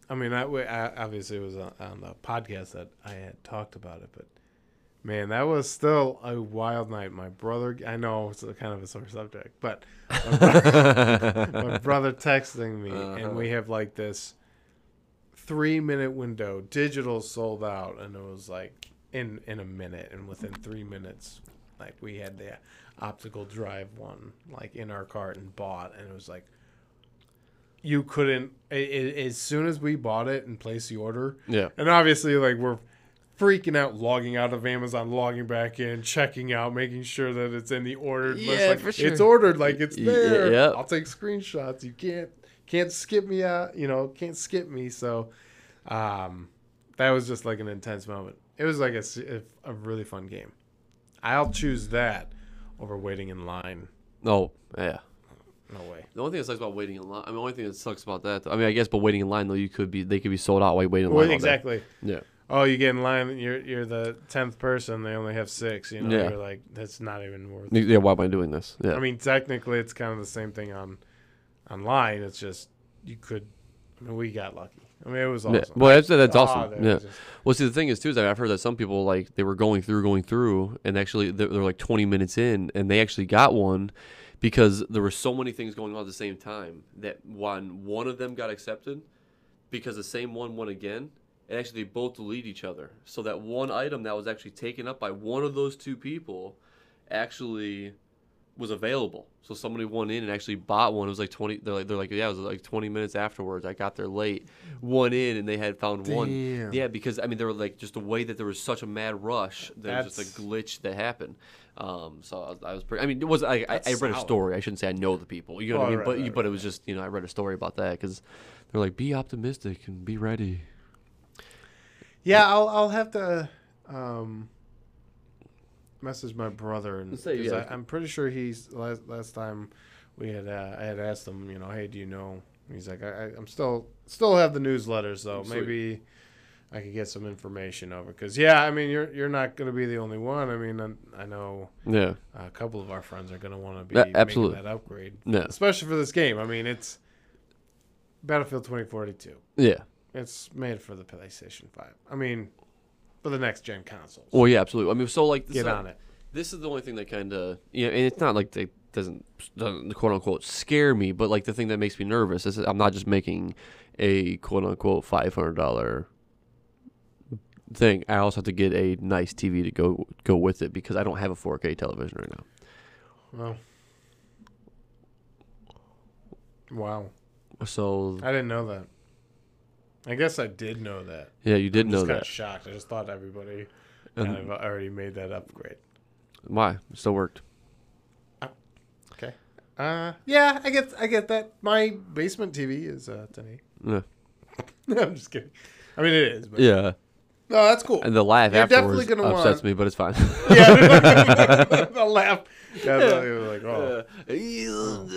I mean, I, I obviously it was on, on the podcast that I had talked about it, but Man, that was still a wild night. My brother, I know it's a kind of a sore subject, but my brother, my brother texting me, Uh-huh. and we have like this three minute window. Digital sold out, and it was like in in a minute, and within three minutes, like we had the optical drive one like in our cart and bought, and it was like you couldn't. i i as soon as we bought it and placed the order, yeah. and obviously, like we're freaking out, logging out of Amazon, logging back in, checking out, making sure that it's in the ordered list. Yeah, Like, for sure. It's ordered, like it's Y- there. yeah. I'll take screenshots. You can't can't skip me out. You know, can't skip me. So, um, that was just like an intense moment. It was like a s- a, a really fun game. I'll choose that over waiting in line. Oh, yeah. No way. The only thing that sucks about waiting in line, I mean, the only thing that sucks about that, though, I mean, I guess, but waiting in line though, you could be, they could be sold out while you wait in line. Well, all day. exactly. Yeah. Oh, you get in line. You're you're the tenth person. They only have six. You know, Yeah. you're like that's not even worth Yeah. Why am I doing this? Yeah. I mean, technically, it's kind of the same thing on online. It's just you could. I mean, we got lucky. I mean, it was awesome. Yeah. Well, that's that's Ah, awesome. that Yeah. was just- Well, see, the thing is too is that I've heard that some people like they were going through, going through, and actually they're, they're like 20 minutes in, and they actually got one because there were so many things going on at the same time that one one of them got accepted because the same one won again, and actually they both delete each other. So that one item that was actually taken up by one of those two people actually was available. So somebody went in and actually bought one. It was like 20. They're like they're like yeah, it was like 20 minutes afterwards. I got there late. One in and they had found one. Damn. Yeah, because I mean, there were like just the way that there was such a mad rush. There was just a That's- glitch that happened. Um, so I was, I was pretty. I mean, it was I, I, I That's read a solid. story. I shouldn't say I know the people. You know what I Oh, mean? right, but right, but it was just you know I read a story about that because they're like be optimistic and be ready. yeah, I'll I'll have to um, message my brother and Let's say, 'cause yeah. I, I'm pretty sure he's last last time we had uh, I had asked him. You know, hey, do you know? He's like, I, I, I'm still still have the newsletters though. Sweet. Maybe. I could get some information over because yeah, I mean you're you're not going to be the only one. I mean I, I know Yeah, a couple of our friends are going to want to be Yeah, absolutely. absolutely. making that upgrade, yeah, especially for this game. I mean, it's Battlefield 2042. yeah. It's made for the PlayStation 5. I mean, for the next gen consoles. Well, yeah, absolutely. I mean, so like Get so- on it. this is the only thing that kind of you know, and it's not like they doesn't doesn't quote unquote scare me, but like the thing that makes me nervous is I'm not just making a quote unquote five hundred dollar thing. I also have to get a nice TV to go go with it because I don't have a 4K television right now. Well, wow, So I didn't know that. I guess I did know that. yeah, you did I'm know just kind that. of shocked. I just thought everybody And- kind of already made that upgrade. Why? It still worked. Okay. Uh, yeah, I get, I get that. My basement TV is uh, 1080. Yeah. No, I'm just kidding. I mean, it is. But Yeah. No, that's cool. And the laugh You're definitely afterwards upsets gonna want- me, but it's fine. Yeah, the laugh. Yeah, the- it was like, oh,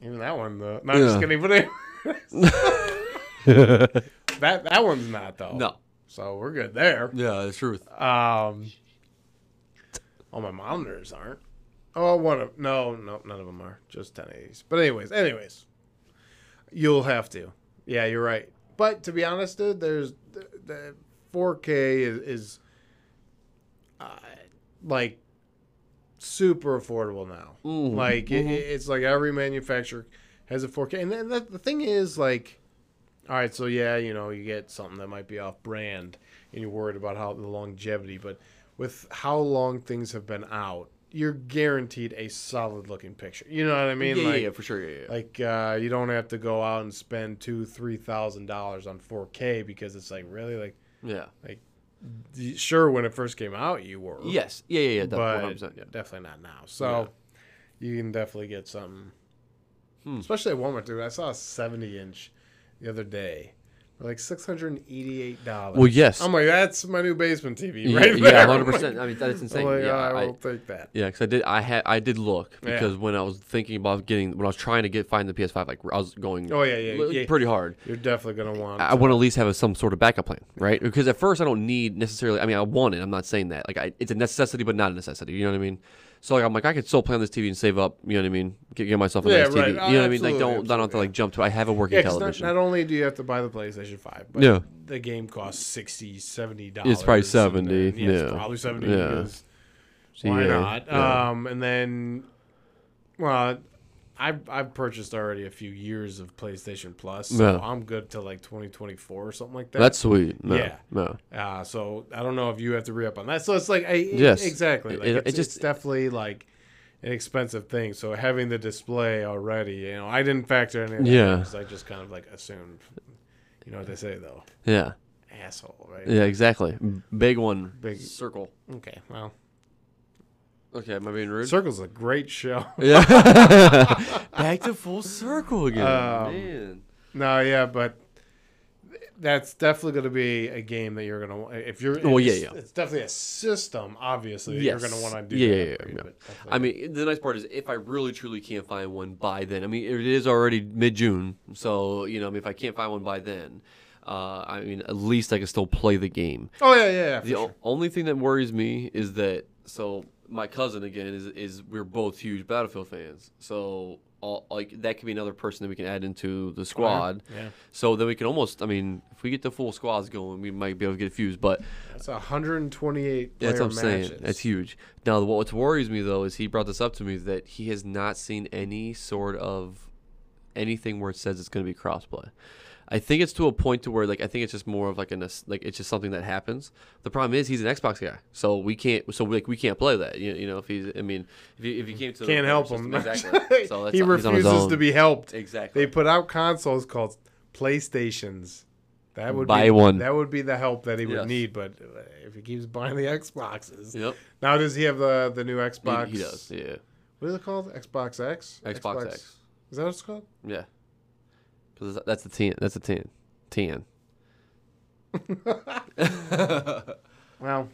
even that one though. No, I'm just Yeah. kidding. But it, that that one's not though. no. So we're good there. Yeah, the truth. Um, all Oh, my monitors aren't. Oh, one of no, no, none of them are. Just 1080s. But anyways, anyways, you'll have to. Yeah, you're right. But to be honest, dude, there's the, the 4K is, is uh, like super affordable now. Mm, Like it, it's like every manufacturer has a 4K, and then that, the thing is like, all right, so yeah, you know, you get something that might be off brand, and you're worried about how the longevity, but with how long things have been out, you're guaranteed a solid looking picture. You know what I mean? yeah, like, yeah, yeah, for sure. Yeah, yeah. like uh, you don't have to go out and spend two, three thousand dollars on 4K because it's like really like yeah. y- sure when it first came out you were Yes. Yeah, yeah, yeah. but Definitely. 100%, yeah. definitely not now. So you can definitely get something. Hmm. Especially at Walmart, dude. I saw a 70 inch the other day for like $688. Well, yes. I'm like, that's my new basement TV yeah, right yeah, there. I'm 100%. I mean, like, that's I'm insane. like, yeah, I I, will take that. yeah, because I did. I had. I did look Yeah. because when I was thinking about getting, when I was trying to get find the PS5, like I was going Oh, yeah, yeah. li- yeah. pretty hard. You're definitely going to want I want to at least have a, some sort of backup plan, right? Because at first I don't need necessarily. I mean, I want it. I'm not saying that. Like, I, it's a necessity, but not a necessity. You know what I mean? So like I'm like I could still play on this TV and save up. You know what I mean? Get, get myself a Yeah, nice TV. right. You know Oh, what I mean? Like don't absolutely, I don't have to like jump to. I have a working Yeah, 'cause not, television. not only do you have to buy the PlayStation 5, but Yeah. the game costs 60 dollars. It's probably 70, Yeah, it's yeah. probably seventy. Yeah. because So, Why yeah, not? yeah. Um, and then, well, I've I've purchased already a few years of PlayStation Plus, so Yeah. I'm good till like 2024 or something like that. That's sweet. No, Yeah. no. Uh, so I don't know if you have to re up on that. So it's like, I, Yes. exactly. Like It- it it's, just- it's definitely like an expensive thing. So having the display already, you know, I didn't factor any of that. Yeah. Because I just kind of like assumed, you know what they say though, Yeah. asshole, right? Yeah. Exactly. Big one. Big- circle. Okay, well, Okay. Am I being rude? Circle's a great show. yeah. Back to full circle again. Um, man. no, yeah, but that's definitely going to be a game that you're going to if you're. Well, yeah, it's, yeah. It's definitely a system, obviously. That you're Yes. going to want to do. Yeah, that yeah, yeah, upgrade, yeah. but that's I like- mean, the nice part is if I really truly can't find one by then. I mean, it is already mid June, so you know, I mean, if I can't find one by then, uh, I mean, at least I can still play the game. oh yeah, yeah, yeah. for The o- only thing that worries me is that so my cousin again is is we're both huge Battlefield fans, so all, like that could be another person that we can add into the squad. Yeah. So then we can almost, I mean, if we get the full squads going, we might be able to get fused, but. That's 128 player That's what I'm matches. saying. That's huge. Now, what worries me though is he brought this up to me that he has not seen any sort of anything where it says it's going to be crossplay. I think it's to a point to where like I think it's just more of like an like it's just something that happens. The problem is he's an Xbox guy, so we can't so like we can't play that. You, you know if he's I mean if he, if he came to the Can't help system, him. exactly. So that's he he's on his refuses to own. be helped. exactly. They put out consoles called PlayStations. That would Buy be, one. That would be the help that he would Yes. need. But uh, if he keeps buying the Xboxes, yep. now does he have the the new Xbox? He, he does. Yeah. What is it called? Xbox X. Xbox, X. Is that what it's called? Yeah. Because that's a ten. That's a ten. Ten. Well,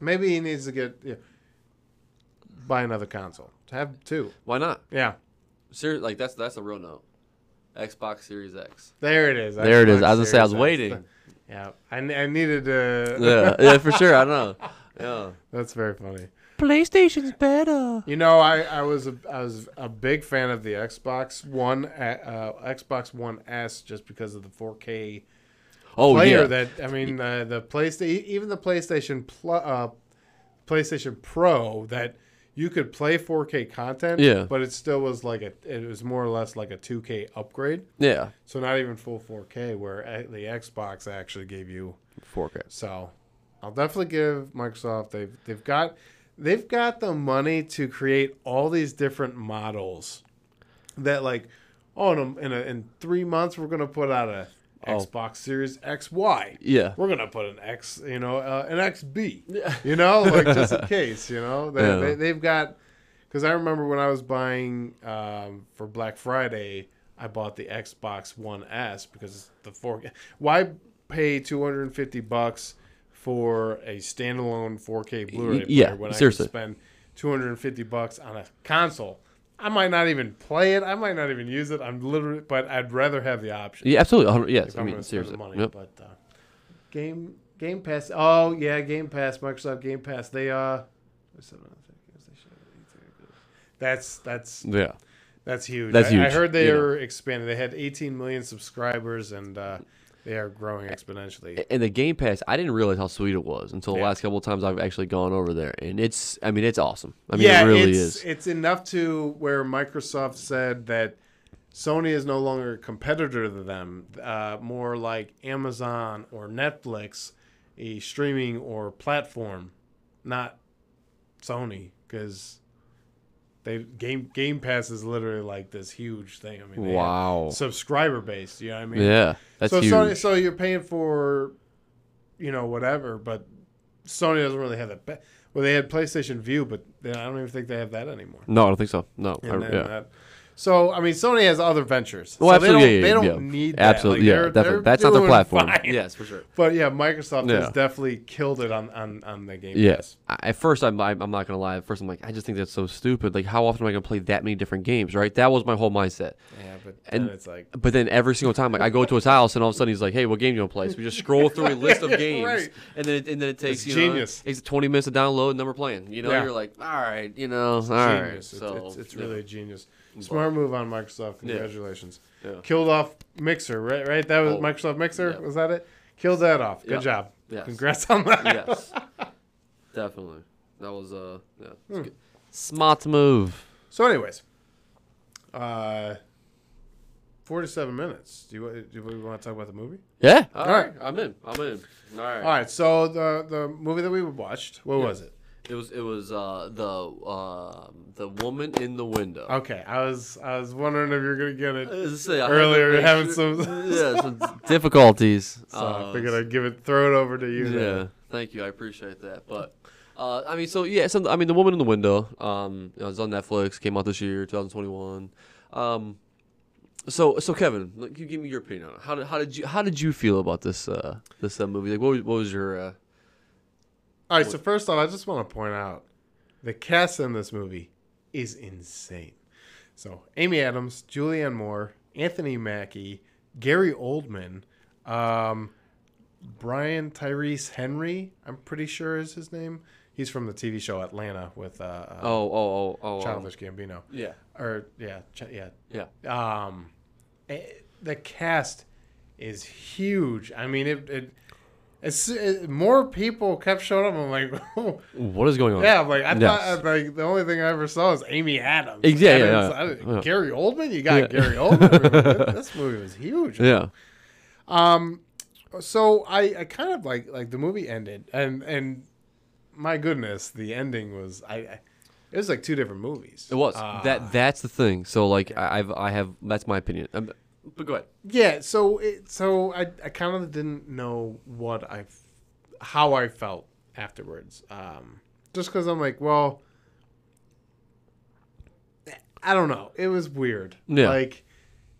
maybe he needs to get yeah, buy another console. Have two. Why not? Yeah, Ser- like that's that's a real note. Xbox Series X. there it is. There it is. Xbox I was gonna say I was Series X. waiting. Yeah, I, I needed to. yeah, yeah, for sure. I don't know. Yeah. That's very funny. PlayStation's better. You know, I, I was a, I was a big fan of the Xbox One uh, Xbox One S just because of the 4K Oh player. yeah. That I mean, uh, the PlayStation, even the PlayStation Plu uh, PlayStation Pro, that you could play 4K content. Yeah. but it still was like a it was more or less like a 2K upgrade. yeah. So not even full 4K, where uh, the Xbox actually gave you 4K. so I'll definitely give Microsoft they've they've got they've got the money to create all these different models that like oh in a, in, a, in three months we're gonna put out a Oh. Xbox Series XY. Yeah. We're gonna put an X, you know, uh, an XB, you know, like just in case, you know. They, Yeah. they, they've got because I remember when I was buying um, for Black Friday, I bought the Xbox One S because the four. Why pay two hundred and fifty bucks for a standalone four K Blu-ray Y- player yeah, when I seriously. can spend two hundred and fifty bucks on a console? I might not even play it. I might not even use it. I'm literally, but I'd rather have the option. Yeah, absolutely. 100, yes, If I I'm mean gonna spend seriously. the money, Yep. but uh, Game Game Pass. Oh yeah, Game Pass. Microsoft Game Pass. They uh, that's that's Yeah. that's huge. I, That's I huge, heard they you know. are expanding. They had 18 million subscribers, and uh, they are growing exponentially. And the Game Pass, I didn't realize how sweet it was until the Yeah. last couple of times I've actually gone over there, and it's, I mean, it's awesome. I mean, it really it's, is. It's enough to where Microsoft said that Sony is no longer a competitor to them, uh, more like Amazon or Netflix, a streaming or platform, not Sony, because they game Game Pass is literally like this huge thing. I mean, they have wow. subscriber base. You know what I mean? yeah, that's so huge. Sony, so you're paying for, you know, whatever, but Sony doesn't really have that. Ba- well, they had PlayStation View, but they, I don't even think they have that anymore. no, I don't think so. No, I- And then Oh, yeah. that, So I mean, Sony has other ventures. Well, so absolutely, They don't, yeah, they yeah, don't yeah. need That. Absolutely, yeah, Like, they're- definitely. they're That's not their doing platform. fine. Yes, for sure. But yeah, Microsoft Yeah. has definitely killed it on on, on the game. Yes. Pass. At first, I'm, I'm I'm not gonna lie. At first, I'm like, I just think that's so stupid. Like, how often am I gonna play that many different games? Right? That was my whole mindset. Yeah, but And- and it's like But then every single time, like I go to his house, and all of a sudden he's like, "Hey, what game do you want to play?" So we just scroll through a list of Yeah, games, right. and then it, and then it It's takes you genius. know, it's twenty minutes to download, and then we're playing. You know, Yeah. you're like, "All right, you know, all right." genius. It's- So it's, it's yeah. really a genius. Smart move on Microsoft. Congratulations. Yeah. Killed off Mixer, right? Right. That was Oh. Microsoft Mixer. Yeah. Was that it? Killed that off. Good Yeah. job. Yes. Congrats on that. yes, definitely. That was uh, yeah, it's Hmm. good. smart move. So, anyways, uh, forty-seven minutes. Do you, do we want to talk about the movie? Yeah. All all right. I'm in. I'm in. All right. All right. So the the movie that we watched. What Yeah. was it? It was it was uh the uh, the woman in the window. Okay, I was I was wondering if you're gonna get I it. was gonna say, I had to Earlier, make having sure- some- yeah, some difficulties. So Uh, I figured I'd give it, throw it over to you. then. Yeah, thank you. I appreciate that. But uh, I mean, so yeah, some, I mean, the woman in the window. Um, it was on Netflix. Came out this year, 2021. Um, so so Kevin, like, you give me your opinion on it. How did how did you how did you feel about this uh this uh, movie? Like, what was, what was your uh, All right. So first off, I just want to point out the cast in this movie is insane. So Amy Adams, Julianne Moore, Anthony Mackie, Gary Oldman, um, Brian Tyrese Henry. I'm pretty sure is his name. He's from the TV show Atlanta with uh, uh, oh oh oh oh um, Childish Gambino. yeah Or yeah, Ch- yeah, yeah um eh, the cast is huge i mean it, it it's it, more people kept showing up i'm like oh, what is going on yeah I'm like i Yes. thought like the only thing i ever saw was amy adams Ex- yeah, I yeah, didn't- yeah. I didn't- Yeah. gary oldman you got Yeah. gary oldman this movie was huge yeah um, so I, I kind of like like the movie ended, and and my goodness, the ending was I, I it was like two different movies. it was Uh, that that's the thing. So like I, I've I have that's my opinion. Um but go ahead. yeah. So it so I I kind of didn't know what I f- how I felt afterwards. Um, just because I'm like, well, I don't know. It was weird. Yeah. Like.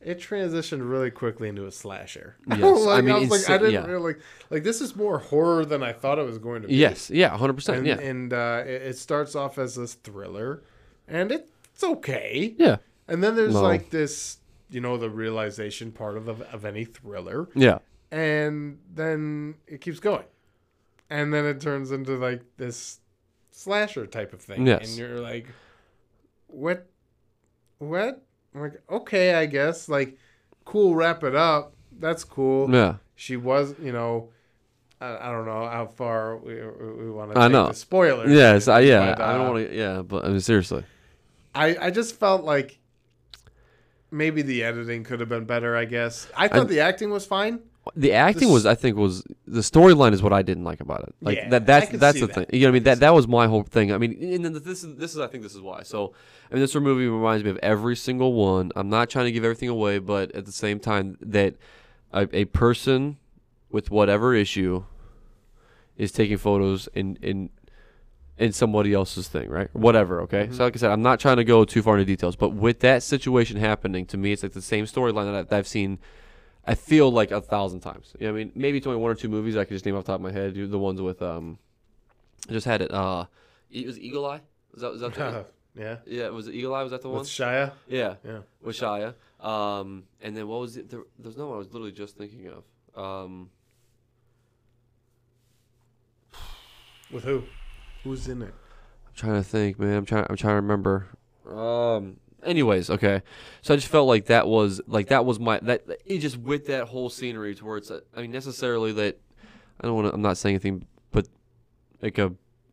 It transitioned really quickly into a slasher. Yes, like, I I mean, was like, I insa- didn't yeah. really like. This is more horror than I thought it was going to be. Yes, yeah, hundred percent. and, Yeah, and uh, it, it starts off as this thriller, and it, it's okay. yeah, And then there's No. like this, you know, the realization part of the, of any thriller, yeah. and then it keeps going, and then it turns into like this slasher type of thing, Yes. and you're like, what, what? I'm like, okay, I guess, like, cool, wrap it up. That's cool Yeah. she was, you know, I, I don't know how far we, we want to I take know. the spoilers. Yes, I, yeah. But, I don't uh, want to. Yeah, but I mean, seriously. I, I just felt like maybe the editing could have been better. I guess I thought the acting was fine. The acting was, I think, was the storyline is what I didn't like about it. Like Yeah, that, I that's can that's see the that. thing. You know, what I mean, that that was my whole thing. I mean, and then this is this is I think this is why. So, I mean, this movie reminds me of every single one. I'm not trying to give everything away, but at the same time, that a, a person with whatever issue is taking photos in in in somebody else's thing, right? Whatever, okay? Mm-hmm. So like I said, I'm not trying to go too far into details, but with that situation happening, to me it's like the same storyline that, I, that I've seen I feel like a thousand times. You know what I mean? Maybe it's only one or two movies I could just name off the top of my head. The ones with um I just had it uh it was Eagle Eye? Was that was that the one? yeah, Yeah, was it Eagle Eye? Was that the one? with Shia. yeah. Yeah, With Shia. Um and then what was it there, there's no one I was literally just thinking of. Um with who? Who's in it? I'm trying to think, man. I'm trying. I'm trying to remember. Um. Anyways, okay. So I just felt like that was like that was my that that- it just with that whole scenery to where it's. uh, I mean, necessarily that I don't want to. I'm not saying anything, but like a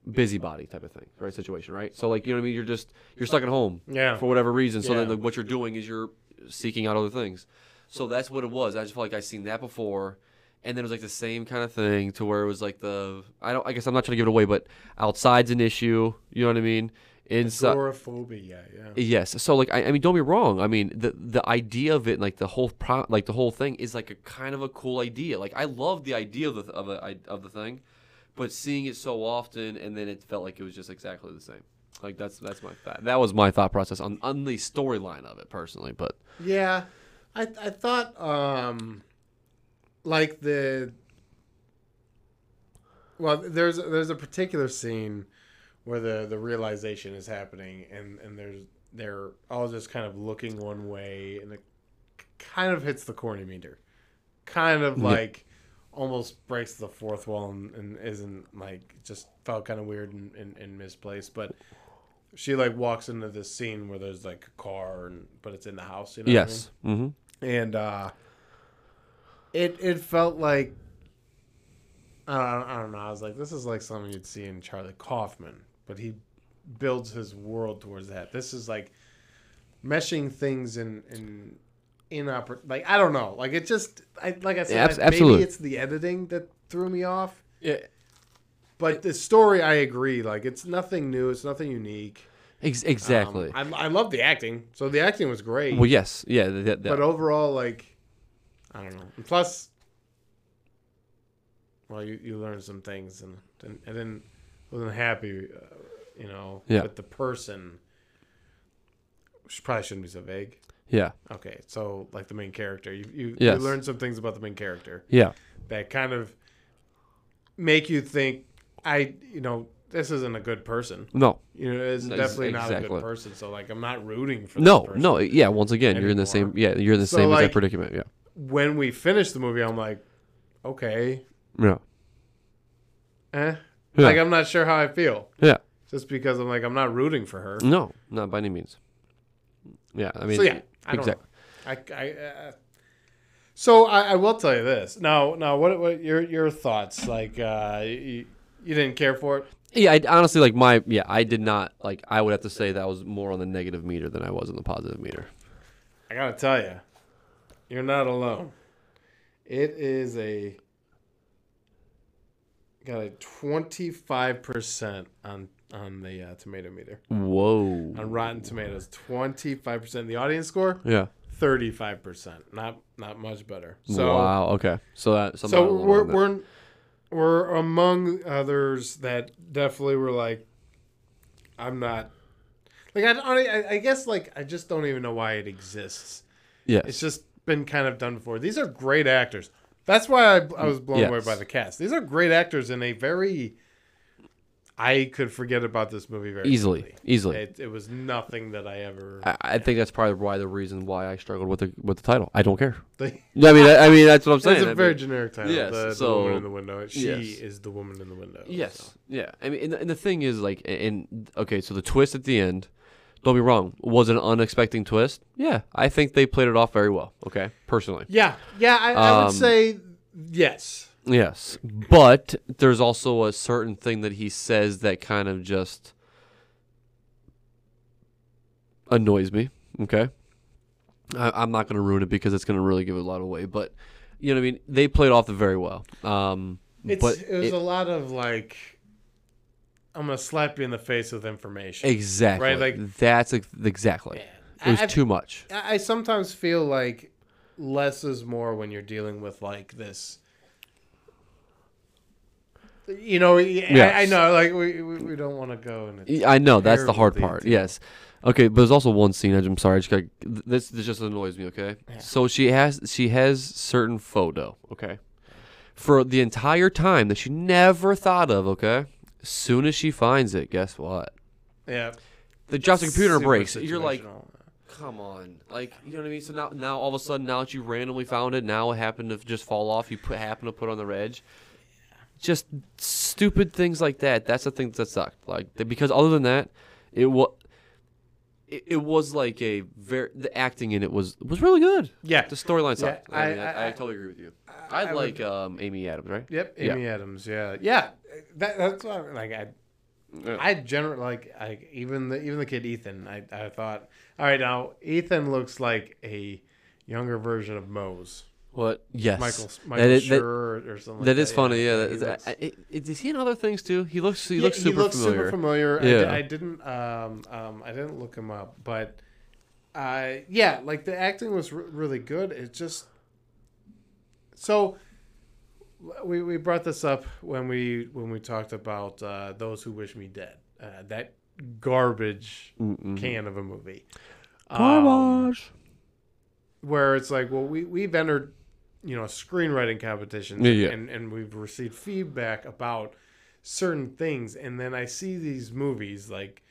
busybody type of thing, right? Situation, right? So like you know what I mean. You're just you're stuck at home Yeah, for whatever reason. So then Yeah. like, what you're doing is you're seeking out other things. So that's what it was. I just felt like I seen that before. And then it was like the same kind of thing to where it was like the I don't I guess I'm not trying to give it away, but outside's an issue. You know what I mean? Inside, agoraphobia. Yeah, Yes. So like I, I mean, don't be wrong. I mean, the the idea of it, like the whole pro, like the whole thing, is like a kind of a cool idea. Like I love the idea of the of, a, of the thing, but seeing it so often and then it felt like it was just exactly the same. Like that's that's my thought. that was my thought process on on the storyline of it personally, but Yeah, I I thought um, like the well, there's there's a particular scene where the the realization is happening, and and there's they're all just kind of looking one way, and it kind of hits the corny meter, kind of like. Almost breaks the fourth wall and, and isn't like just felt kind of weird and, and, and misplaced. But she like walks into this scene where there's like a car and but it's in the house, you know. what I mean? yes, mm-hmm. and uh, it it felt like I don't, I don't know. I was like, this is like something you'd see in Charlie Kaufman, but he builds his world towards that. This is like meshing things in in inoper like I don't know. Like it just I like I said, Yeah, abs- I- absolutely. maybe it's the editing that threw me off. yeah, But the story, I agree. Like it's nothing new. It's nothing unique. ex- Um, exactly. I, I love the acting. So the acting was great. well, yes, yeah, th- th- But uh, th- overall, like, I don't know. And plus, well, you, you learned some things, and and I didn't wasn't happy, uh, you know, Yeah. with the person. Which probably shouldn't be so vague. yeah, Okay, so like the main character, you you, Yes. you learn some things about the main character yeah, that kind of make you think, I you know, this isn't a good person. no, You know, it's Ex- definitely not a exactly. good person. So like, I'm not rooting for. This no, person. no, yeah. Once again, you're in the same, Anymore. yeah, you're in the So, same exact like- predicament. Yeah, when we finished the movie, I'm like, okay, yeah, eh. Yeah. Like, I'm not sure how I feel. yeah. Just because I'm like, I'm not rooting for her. No, not by any means. Yeah, I Mm, mean, so, yeah, I don't exactly. know. I, I, uh, so, I, I will tell you this. Now, now what, what your your thoughts? Like, uh, you, you didn't care for it? Yeah, I honestly like my yeah. I did not like. I would have to say that I was more on the negative meter than I was on the positive meter. I got to tell you, you're not alone. It is a. Got a twenty five percent on on the uh, tomato meter Whoa. on Rotten Tomatoes. Twenty five percent. The audience score Yeah. thirty-five percent. Not not much better. So wow. Okay. So that. somehow so I'm we're on that. we're we're among others that definitely were like, I'm not. Like I, I, I guess like I just don't even know why it exists. yes. It's just been kind of done before. These are great actors. That's why I, I was blown away Yes. by the cast. These are great actors in a very. I could forget about this movie very easily. Easily. quickly. It, it was nothing that I ever. I, I think that's probably why the reason why I struggled with the with the title. I don't care. They- I mean, I, I mean that's what I'm saying. It's I a mean- very generic title. Yes, the, the so- woman in the window. She yes. is the woman in the window. Yes. so. Yeah. I mean, and the, and the thing is, like, a- and okay, so the twist at the end. Don't be wrong. Was it an unexpected twist? Yeah, I think they played it off very well. Okay, personally. Yeah, yeah. I, I Um, would say yes. Yes, but there's also a certain thing that he says that kind of just annoys me. Okay, I, I'm not going to ruin it because it's going to really give it a lot away. But you know what I mean? They played off it very well. Um, It's, but it was it- a lot of like, I'm gonna slap you in the face with information. exactly right, like- that's ex- exactly. It was I- I've- too much. I I sometimes feel like less is more when you're dealing with like this. You know, I, I Yes. know. Like we, we, we don't want to go and it's, Y- I know that's the terrible hard thing part. to- Yes. Okay, but there's also one scene. I- I'm sorry. I just got, this, this just annoys me. Okay. So she has she has certain photo. Okay. For the entire time that she never thought of. Okay. Soon as she finds it, guess what? yeah. The drops the computer and super breaks. You're like, situational. come on, like you know what I mean. So now, now all of a sudden, now that you randomly found it, now it happened to just fall off. You put happen to put on the edge. Just stupid things like that. That's the thing that sucked. Like th- because other than that, it was. It, it was like a very the acting in it was was really good. Yeah. the storyline sucked. Yeah, I, I- mean, I, I, I- totally agree with you. I, I like would- um, Amy Adams, right? Yep, Yeah. Amy Adams. Yeah, yeah. That, that's why, like, I, Yeah. I generally like, I even the even the kid Ethan. I, I thought, all right, now Ethan looks like a younger version of Mose, What? Yes, Michael That Michael is- that- Schur or something. that like is funny. Yeah, he that is looks- I, I, I- is he in other things too? He looks he Yeah, looks super familiar. super familiar. I, Yeah. di- I didn't, um, um, I didn't look him up, but, uh, yeah, like the acting was re- really good. It just, so. we, we brought this up when we when we talked about uh, those who wish me dead. Uh, that garbage Mm-mm. can of a movie. Um, Garbage. where it's like, well, we we've entered, you know, screenwriting competitions, Yeah, yeah. and and we've received feedback about certain things, and then I see these movies like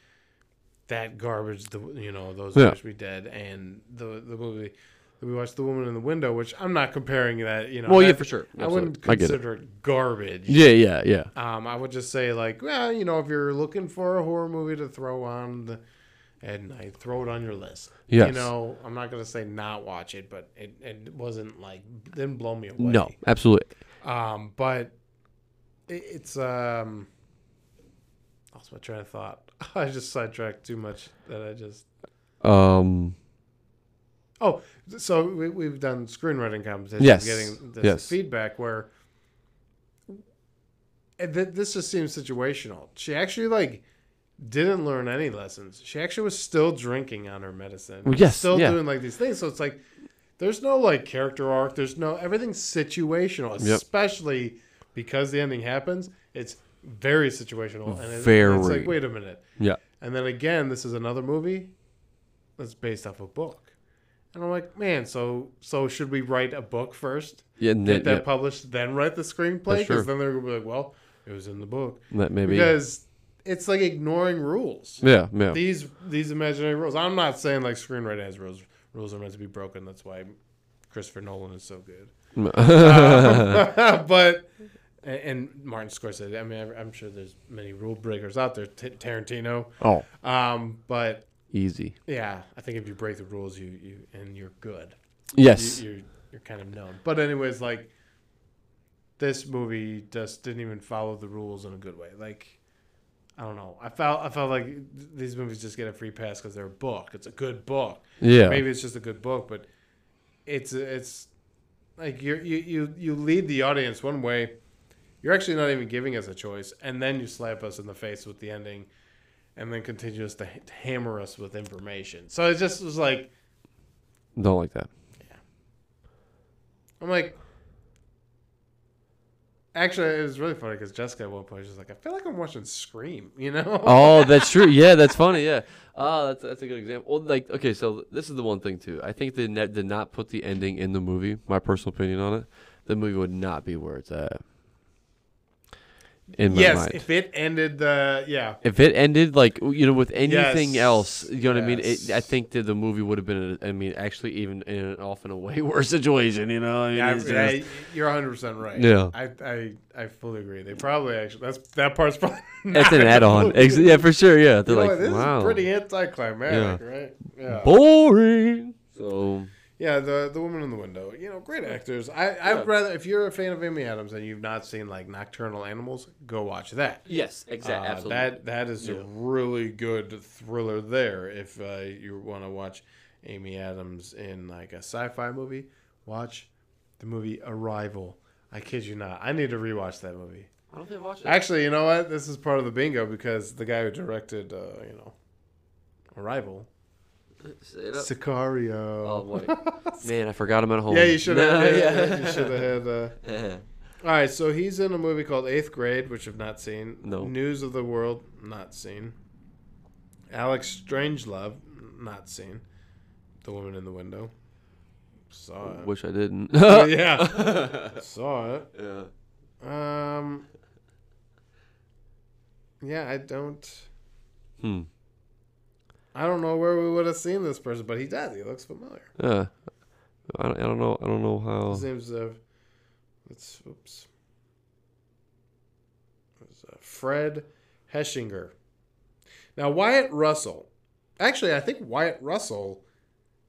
that garbage, the you know those Yeah. wish we dead, and the the movie that we watched, The Woman in the Window, which I'm not comparing that, you know. Well, yeah, that- for sure. I wouldn't Absolutely. I get it. consider it garbage. yeah, yeah, yeah. Um, I would just say like, well, you know, if you're looking for a horror movie to throw on the at night, throw it on your list. Yes. You know, I'm not gonna say not watch it, but it, it wasn't like didn't blow me away. No, absolutely. Um, but it, it's um. Lost my train of thought. I just sidetracked too much that I just. Um, Oh, so we, we've done screenwriting competitions, Yes. getting this Yes. feedback where and th- this just seems situational. She actually like didn't learn any lessons. She actually was still drinking on her medicine. Well, yes, still yeah. doing like these things. So it's like there's no like character arc. There's no everything's situational, Yep. especially because the ending happens. It's very situational. And it- It's Very. like wait a minute. yeah. And then again, this is another movie that's based off a book. And I'm like, man, so so should we write a book first, Yeah, and get then, that yeah, published, then write the screenplay? Because Sure. then they're gonna be like, well, it was in the book. that maybe. Because it's like ignoring rules. yeah, yeah. These these imaginary rules. I'm not saying like screenwriting has rules. Rules are meant to be broken. That's why Christopher Nolan is so good. Um, but and- and Martin Scorsese. I mean, I'm- I'm sure there's many rule breakers out there. T- Tarantino. oh, Um, but easy. yeah, I think if you break the rules, you you and you're good. Yes. You, you're you're kind of known. But anyways, like this movie just didn't even follow the rules in a good way. Like I don't know. I felt I felt like th- these movies just get a free pass because they're a book. It's a good book. yeah. Maybe it's just a good book, but it's it's like you're, you you you lead the audience one way. You're actually not even giving us a choice, and then you slap us in the face with the ending, and then continue us to, h- to hammer us with information. So it just was like Don't like that. I'm like. Actually, it was really funny because Jessica at one point she's like, "I feel like I'm watching Scream," you know. Oh, that's true. Yeah, that's funny. Yeah. Oh, that's that's a good example. Well, like okay, so this is the one thing too. I think they net did not put the ending in the movie. My personal opinion on it, the movie would not be where it's at. In my yes, mind. if it ended the yeah, If it ended like you know with anything Yes, else, you know what I mean. It, I yes. think that the movie would have been, I mean, actually even in an off in a way worse situation. You know, I mean, Yeah, I, it's I- just- you're 100 percent right. Yeah. I, I I fully agree. They probably actually that's that part's probably it's an not add-on. included. Ex- yeah, for sure. Yeah, they're You know like, what, this wow, is pretty anticlimactic, right? Yeah, boring. So yeah. The the woman in the window, you know, great actors. I I'd rather if you're a fan of Amy Adams and you've not seen like Nocturnal Animals, go watch that. yes, Uh, That that is Yeah. a really good thriller there. If uh, you want to watch Amy Adams in like a sci-fi movie, watch the movie Arrival. I kid you not. I need to rewatch that movie. I don't think I watched Actually, you know what? This is part of the bingo because the guy who directed, uh, you know, Arrival, Sicario. Oh boy, man, I forgot him at home. yeah, you should have. No, yeah, you should have had. Uh, yeah. all right, so he's in a movie called Eighth Grade, which I've not seen. No. News of the World, not seen. Alex Strangelove, not seen. The Woman in the Window, saw it. Wish I didn't. yeah, saw it. yeah. Um. Yeah, I don't. Hmm. I don't know where we would have seen this person, but he does. He looks familiar. Yeah. I don't, I don't know. I don't know how. His name's uh, it's oops. It's, uh, Fred Heschinger. Now Wyatt Russell, actually, I think Wyatt Russell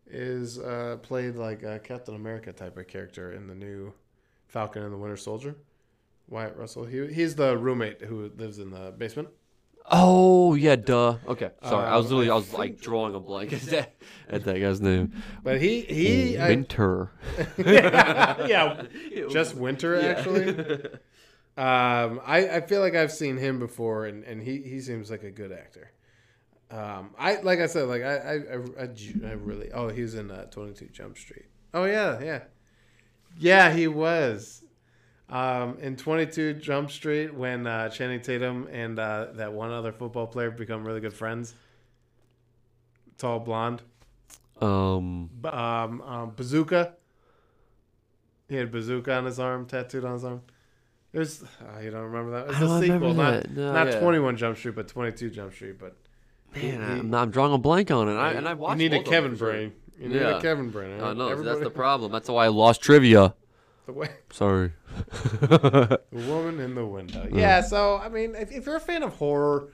is uh, played like a Captain America type of character in the new Falcon and the Winter Soldier. Wyatt Russell, he, he's the roommate who lives in the basement. Oh yeah, duh. Okay, sorry. I was Um, literally, I I was like drawing a blank at that, at that guy's name. But he he I, Winter. yeah, just winter Yeah. actually. Um, I, I feel like I've seen him before, and, and he, he seems like a good actor. Um, I like I said, like I I, I, I, ju- I really oh he was in uh, Twenty Two Jump Street. Oh yeah, yeah, yeah he was. Um, in 22 Jump Street, when uh, Channing Tatum and uh, that one other football player become really good friends, tall blonde, Um, B- um, um, Bazooka. He had Bazooka on his arm, tattooed on his arm. There's, oh, you don't remember that? It's I don't a remember sequel, not, that. No, not yeah. 21 Jump Street, but 22 Jump Street. But man, he- I'm, I'm drawing a blank on it. I, and I watched. you need a both of Kevin them, so- brain. You need Yeah. a Kevin brain. I know so that's Everybody- the problem. That's why I lost trivia. the way. Sorry. The woman in the window. Yeah, so I mean, if, if you're a fan of horror,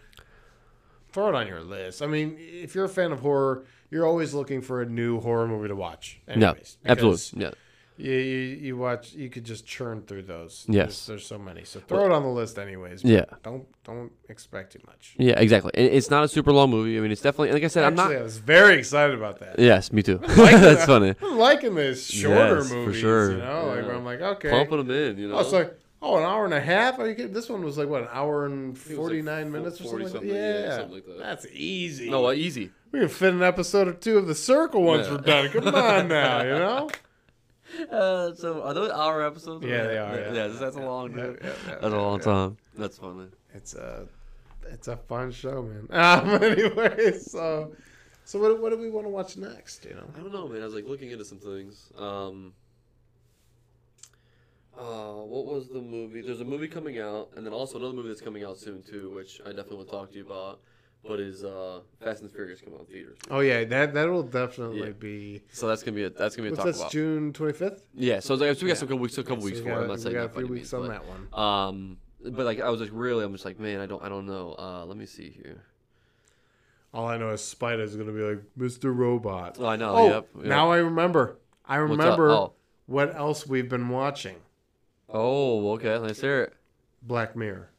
throw it on your list. I mean, if you're a fan of horror, you're always looking for a new horror movie to watch. no, anyways, because absolutely. Yeah. You, you you watch. You could just churn through those. Yes. there's, there's so many. So throw it on the list, anyways. but Yeah. don't don't expect too much. Yeah, exactly. And it's not a super long movie. I mean, it's definitely like I said. I'm Actually, not. I was very excited about that. Yes, me too. Like That's that. funny. I'm liking this shorter Yes, for movies. sure. You know, like Yeah. where I'm like, okay, Pumping them in, you know. Oh, it's like oh, an hour and a half. Are you kidding? This one was like what an hour and was like forty nine minutes or 40 something. Like something, that? yeah, Yeah, something like that. that's easy. no, uh, easy. we can fit an episode or two of the Circle once Yeah. we're done. Come on now, you know. Uh, so are those hour episodes? Yeah, they are, yeah. that's- that's a long. Yeah, yeah, yeah, That's a yeah, long yeah. time. That's funny. It's a it's a fun show, man. Um, anyway, so so what what do we want to watch next? You know, I don't know, man. I was like looking into some things. Um, uh, what was the movie? There's a movie coming out, and then also another movie that's coming out soon too, which I definitely want to talk to you about. But is uh, Fast and Furious coming out in theaters? oh yeah, that that will definitely Yeah. be. So that's gonna be a that's gonna be a What's talk this? about. June twenty fifth. Yeah. So it's like, so we got some couple weeks, a couple weeks for it. I'm not we saying got a that by few any weeks means, on but- that one. Um, but like I was like really, I'm just like, man, I don't, I don't know. Uh, let me see here. All I know is Spider's gonna be like Mr. Robot. Oh, I know. Oh, yep. yep. now I remember. I What's up? remember Oh. what else we've been watching. Oh, okay. Let's hear it. Black Mirror.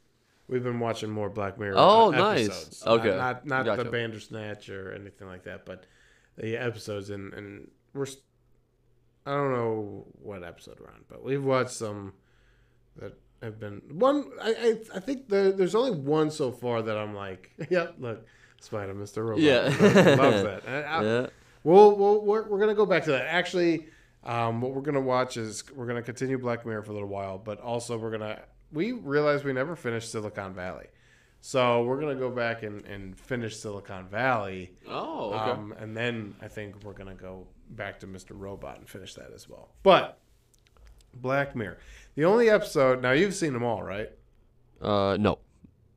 We've been watching more Black Mirror. Oh, uh, nice. episodes. Okay. Not not, not Gotcha. the Bandersnatch or anything like that, but the episodes and and we're. s I don't know what episode we're on, but we've watched some that have been one. I I, I think the, there's only one so far that I'm like, yep, look, Spider Mister Robot. Yeah. loves that. I, I, Yeah. We'll, we'll we're, we're gonna go back to that. Actually, um, what we're gonna watch is we're gonna continue Black Mirror for a little while, but also we're gonna we realized we never finished Silicon Valley, so we're gonna go back and, and finish Silicon Valley, Oh, okay. um, and then I think we're gonna go back to Mr. Robot and finish that as well. But Black Mirror, the only episode now you've seen them all, right? uh, no,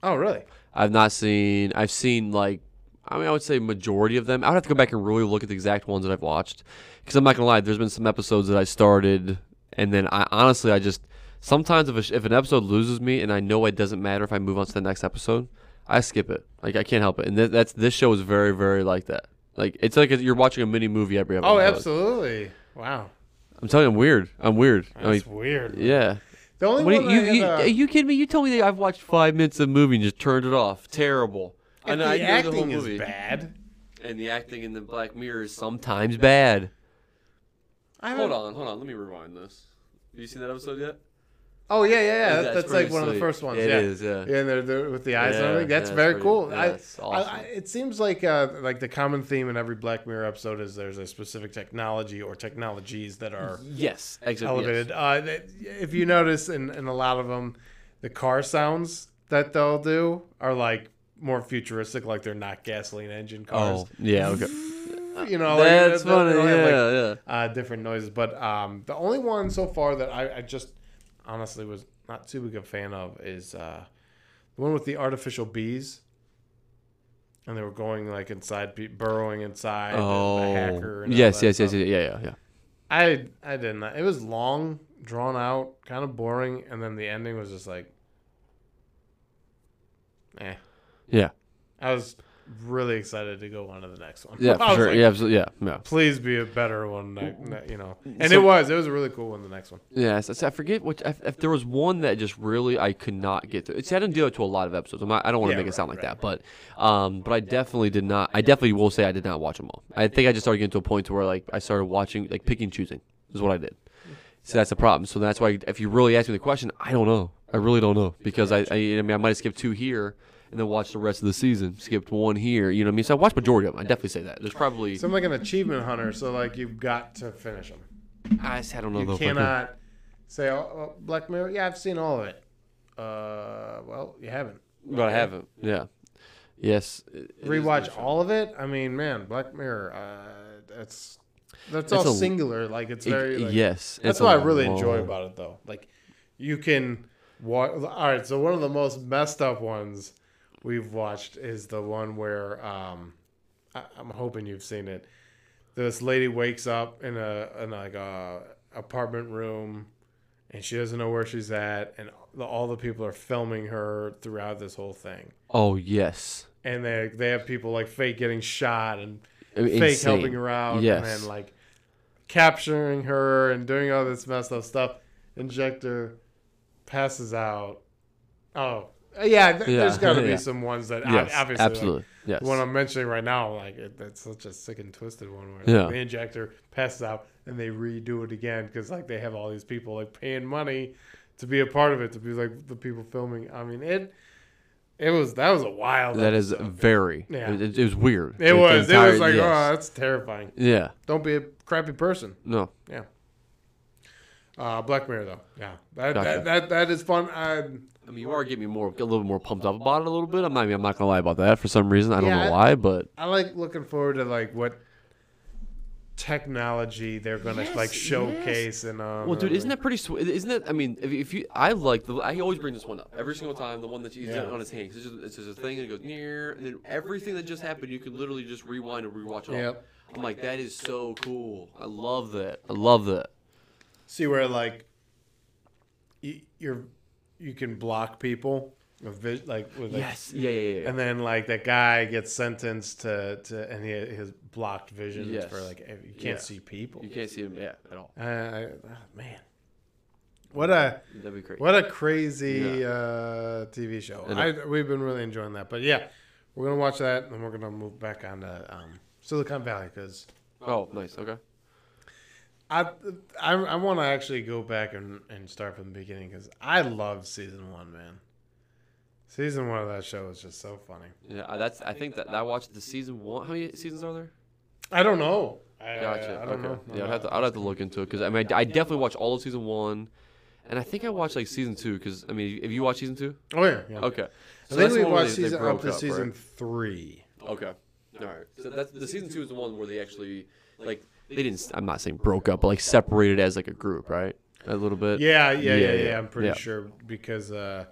Oh, really? I've not seen. I've seen like, I mean, I would say majority of them. I would have to go back and really look at the exact ones that I've watched, because I'm not gonna lie. There's been some episodes that I started, and then I honestly, I just sometimes if a, sh- if an episode loses me, and I know it doesn't matter if I move on to the next episode, I skip it. Like I can't help it, and th- that's this show is very very like that. Like it's like you're watching a mini movie every episode. Oh, absolutely! Wow, I'm telling you, I'm weird. I'm weird. I mean, that's weird. Oh, yeah. The only What one do I you, had, you, uh, are you kidding me? You told me that I've watched five minutes of a movie and just turned it off. Terrible. and know, uh, the knew acting whole is movie. bad. And the acting in the Black Mirror is sometimes bad. I Hold haven't- on, hold on. Let me rewind this. Have you seen that episode yet? Oh yeah, yeah, yeah. That's That's, that's like pretty one of the sweet. first ones. It yeah. is, yeah. Yeah, and they're, they're with the eyes and Yeah, everything. That's yeah, it's very pretty- cool. yeah, I, it's awesome. I, I, it seems like uh, like the common theme in every Black Mirror episode is there's a specific technology or technologies that are Yes. Exit, elevated. Uh, that- if you notice, in, in a lot of them, the car sounds that they'll do are like more futuristic, like they're not gasoline engine cars. Oh, Oh, yeah, okay. You know, like, Oh. That's they'll- funny. they'll Yeah, have, like, yeah. uh, different noises. But um, the only one so far that I, I just honestly was not too big a fan of is uh, the one with the artificial bees. And they were going like inside, pe- burrowing inside. and Oh. the hacker. And all yes, that yes, yes, stuff. yes. Yeah, yeah, yeah. I I did not. It was long, drawn out, kind of boring, and then the ending was just like, eh. Yeah. I was really excited to go on to the next one. Yeah, I for was sure. like, yeah, absolutely. Yeah, yeah. please be a better one ne- ne- you know and So- it was it was a really cool one the next one Yeah, it's- it's- I forget which. If, if there was one that just really I could not get through. It's, I didn't do it to a lot of episodes. I'm not, I don't want to Yeah, make it sound right, like that, but um, but I definitely did not. I definitely will say I did not watch them all. I think I just started getting to a point to where like I started watching like picking and choosing is what I did. So that's the problem. So that's why if you really ask me the question, I don't know. I really don't know because I I, I mean I might have skipped two here and then watched the rest of the season. Skipped one here. You know what I mean? So I watched majority of them. I definitely say that. There's probably so i'm like an achievement hunter so like you've got to finish them I, just- I don't know you though. if I could. cannot Say, oh, oh, Black Mirror. Yeah, I've seen all of it. Uh, well, you haven't. But I haven't. Yeah. Yes. it- it is Rewatch different. all of it. I mean, man, Black Mirror. Uh, that's that's It's all a- singular. Like it's It- very. Like, yes. That's it's a what I really enjoy long- about it, though. Like, you can watch. All right, so one of the most messed up ones we've watched is the one where um, I, I'm hoping you've seen it. This lady wakes up in a in like a apartment room, and she doesn't know where she's at, and the, all the people are filming her throughout this whole thing. Oh yes. And they they have people like fake getting shot and I mean, fake insane. helping her out Yes. and then like capturing her and doing all this messed up stuff. Injector passes out. Oh, yeah, th- Yeah, there's got to be yeah. some ones that ob- Yes. obviously. like, absolutely. yes. the one I'm mentioning right now, like it, that's such a sick and twisted one where like, Yeah. the injector passes out and they redo it again because like they have all these people like paying money to be a part of it to be like the people filming. I mean it, it was that was a wild. that is episode. very. Yeah. It, it was weird. it was the it was like entire- oh yes. that's terrifying. Yeah. Don't be a crappy person. No. Yeah. Uh, Black Mirror though. Yeah. That Gotcha. that, that that is fun. I I mean, you are getting me more, a little more pumped up about it a little bit. I'm not. I'm not gonna lie about that for some reason. I don't Yeah, I- know why, but I like looking forward to like what technology they're gonna Yes, like yes. showcase and um. Well, dude, isn't that pretty sweet? Isn't that? I mean, if, if you, I like the. I always bring this one up every single time. The one that he's Yeah. on his hand. 'cause It's just, it's just a thing and it goes near, and then everything that just happened, you can literally just rewind and rewatch it. all. Yep. I'm like, that is so cool. I love that. I love that. see where like you, you're you can block people with vis- like with like, Yes. Yeah. Yeah. Yeah. yeah. And then like that guy gets sentenced to to and he his blocked vision Yes. for like you can't Yeah. see people. You can't see him. Yeah. At all. Uh, I, oh, man, what a That'd be great. What a crazy uh, TV show! I I, we've been really enjoying that, but yeah, we're gonna watch that, and we're gonna move back on to um, Silicon Valley because Oh, nice. Okay. I I, I want to actually go back and, and start from the beginning because I love season one, man. Season one of that show was just so funny. Yeah. I- That's. I think that I watched the season one. How many seasons are there? I don't know. I, Gotcha. Uh, I, I don't okay. know. Yeah, I'd have to. I'd have to look into it because I mean, I, I definitely watched all of season one, and I think I watched like season two because I mean, have you watched season two? oh yeah. yeah. Okay. I think that's we the one where watched they- they season broke up to right? season three. Okay. All right. So that's the season two is the one where they actually like they didn't. I'm not saying broke up, but like separated as like a group, right? A little bit. Yeah, yeah, yeah, Yeah, yeah. yeah, I'm pretty yeah. sure because uh,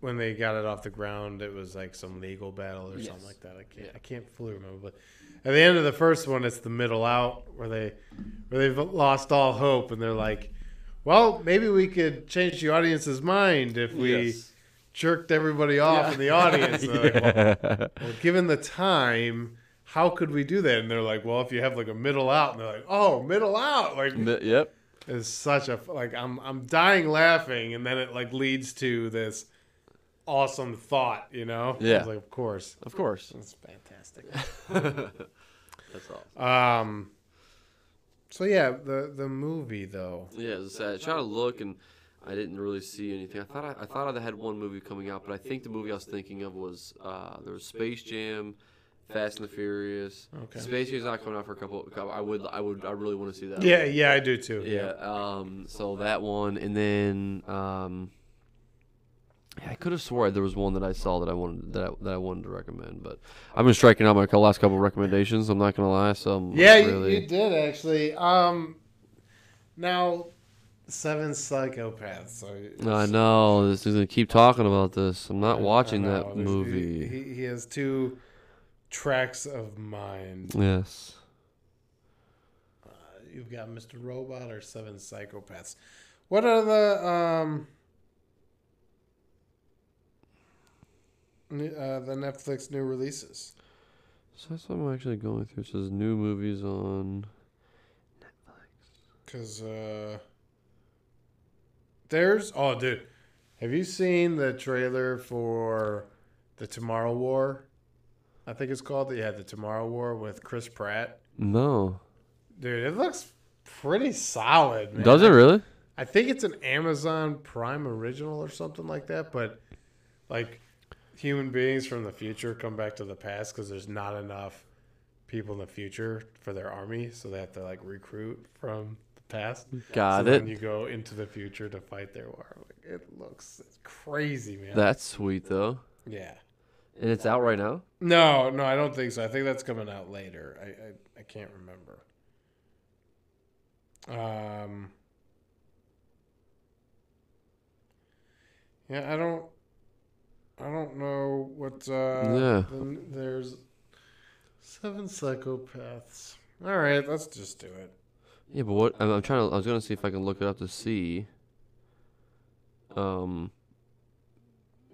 when they got it off the ground, it was like some legal battle or something Yes. like that. I can't, Yeah. I can't fully remember. But at the end of the first one, it's the middle out where they, where they've lost all hope, and they're like, "Well, maybe we could change the audience's mind if we Yes. jerked everybody off Yeah. in the audience." And they're like, well, Yeah. well, given the time. How could we do that? And they're like, well, if you have like a middle out, and they're like, oh, middle out, like Mi- yep. is such a like I'm I'm dying laughing, and then it like leads to this awesome thought, you know? I Yeah. was like of course, Of course. that's fantastic. That's all. um, so yeah, the the movie though, Yeah. As I said, I tried to look and I didn't really see anything. I thought I, I thought I had one movie coming out, but I think the movie I was thinking of was uh, there was Space Jam. Fast and the Furious. Okay. Space Jam's not coming out for a couple. couple I would. I would. I really want to see that. yeah, yeah, I do too. Yeah. Um. So that one, and then um. I could have swore there was one that I saw that I wanted that I, that I wanted to recommend, but I've been striking out my cou- last couple of recommendations. I'm not gonna lie. So I'm like, yeah, you, really, you did actually. Um, now seven psychopaths. So I know this is gonna keep talking about this. I'm not I watching know, that there's- movie. He, he has two tracks of mind. yes. You've got Mr. Robot or Seven Psychopaths. What are the um n- uh, the Netflix new releases? So that's what I'm actually going through. It says new movies on. Cause uh, there's oh dude, have you seen the trailer for the Tomorrow War? I think it's called. Yeah, the Tomorrow War with Chris Pratt. No, Dude, it looks pretty solid. Man. does it really? I think it's an Amazon Prime original or something like that, but like human beings from the future come back to the past because there's not enough people in the future for their army, so they have to like recruit from the past. Got so it. Then you go into the future to fight their war. Like, It looks crazy, man. That's sweet though, yeah. and it's out right now. No, no, I don't think so. I think that's coming out later. I I, I can't remember. Um. Yeah, I don't. I don't know what. Uh, Yeah. Then there's seven psychopaths. All right, let's just do it. Yeah, but what I'm, I'm trying to I was gonna see if I can look it up to see. Um.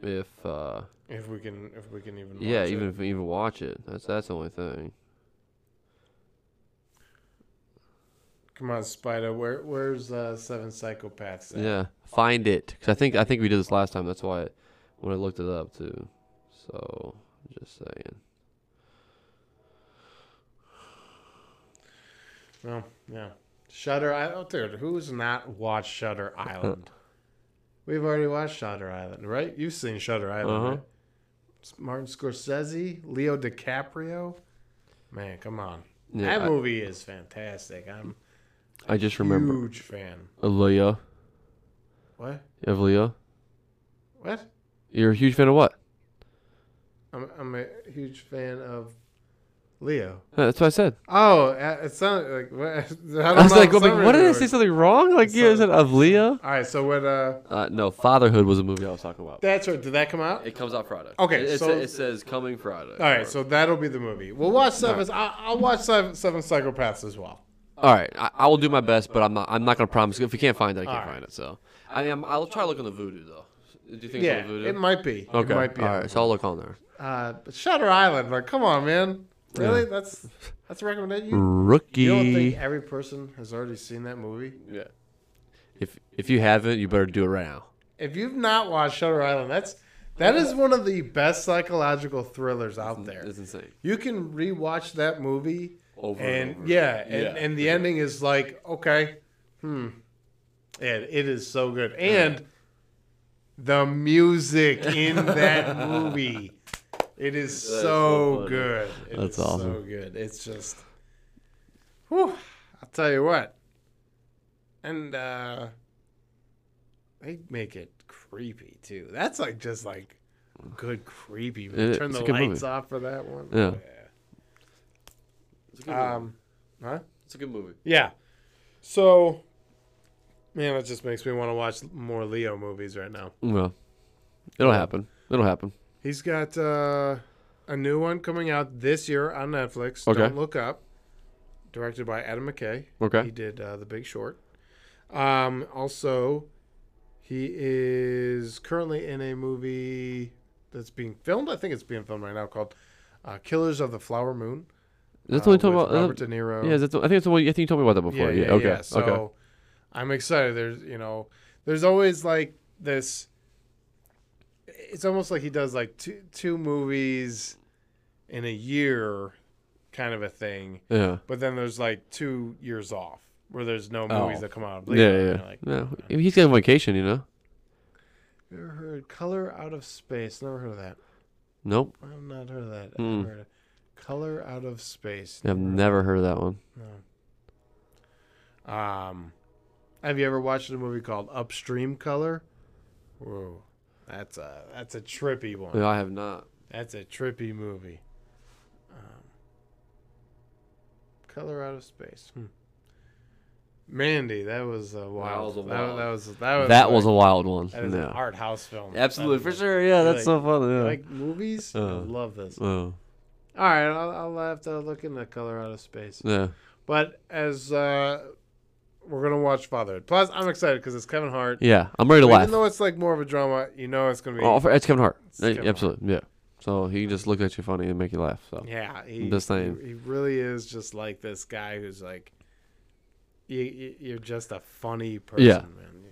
If uh, If we can, if we can even. yeah, watch it. even if we even watch it, that's that's the only thing. Come on, Spider. Where, where's uh, seven psychopaths? At? Yeah, find it. 'Cause I think I think we did this last time. That's why I, when I looked it up too. So just saying. Well, yeah. Shutter Island. Dude, who's not watched Shutter Island? We've already watched Shutter Island, right? You've seen Shutter Island, Uh-huh. right? It's Martin Scorsese, Leo DiCaprio. Man, come on. Yeah, that I- movie is fantastic. I'm I just a remember huge fan. Leah. What? Of Leah. What? You're a huge fan of what? I'm, I'm a huge fan of Leo. Yeah, that's what I said. Oh, uh, it sounded like what? I, don't I was know, like, for like, some what did I reason- say something wrong? Like you Sorry. said of Leah. All right, so when uh, Uh, no, Fatherhood was a movie I was talking about. that's right. Did that come out? It comes out Friday. Okay, it, it so- sa- it says coming Friday. All right, so that'll be the movie. We'll watch Seven. I, I'll watch Seven, Seven Psychopaths as well. all right, I, I will do my best, but I'm not. I'm not gonna promise. If we can't find it, I can't All right. find it. So I mean, I'm, I'll try to look on the Voodoo though. Do you think yeah, it's on the Voodoo? it might be. okay. It might be. all right, so I'll look on there. Uh, but Shutter Island, like, come on, man. Really? That's that's a recommendation. You, Rookie. you don't think every person has already seen that movie? yeah. If if you haven't, you better do it right now. If you've not watched Shutter Island, that's that is one of the best psychological thrillers out there. It's insane. You can rewatch that movie Over and, and over. yeah, and, Yeah. and the ending is like, okay, hmm. And it is so good. And the music in that movie. It is That is so so funny. good. It That's is so awesome. good. It's just whew, I'll tell you what. And uh they make it creepy too. That's like just like good creepy. It- Turn it's the a good movie. lights off for that one. Yeah. It's a good movie. Um, huh? It's a good movie. Yeah. So, man, that just makes me want to watch more Leo movies right now. Well, it'll happen. It'll happen. He's got uh, a new one coming out this year on Netflix. Okay. Don't look up. Directed by Adam McKay. He Okay. did uh, The Big Short. Um, also, he is currently in a movie that's being filmed. I think it's being filmed right now called uh, Killers of the Flower Moon. That's uh, what we talking with about. Robert De Niro. yeah, is that the, I think that's the one. I think you told me about that before. Yeah. okay. So okay. I'm excited. There's you know, there's always like this. It's almost like he does like two two movies in a year, kind of a thing. Yeah. But then there's like two years off where there's no Oh. movies that come out. Yeah, later, yeah, and yeah. you're Like, No, I mean, he's got a vacation, you know. "You ever heard Color Out of Space? Never heard of that. Nope, I've not heard of that. I've Hmm. never heard of Color Out of Space. I've never heard of that one. No. Um, have you ever watched a movie called Upstream Color? Whoa, that's a that's a trippy one. No, I have not. That's a trippy movie. Um, Color out of space. Hmm. Mandy, that was a wild. was a That was wild- that was that was, that was a like- wild one. Oh, that is an No. art house film. Absolutely, That for was- sure. Yeah, You're that's like- so funny. you Yeah. Like movies, I Uh. love this. All oh, right, I'll, I'll have to look into Color Out of Space. yeah. But as uh, we're gonna watch Fatherhood. Plus, I'm excited because it's Kevin Hart. Yeah, I'm ready to But laugh. Even though it's like more of a drama, you know it's gonna be. Oh, for, it's Kevin Hart. It's Yeah, Kevin Hart. Absolutely, yeah. So he just looks at you funny and make you laugh. So yeah, he, The same. He, he really is just like this guy who's like, you, you, you're just a funny person, Yeah. man.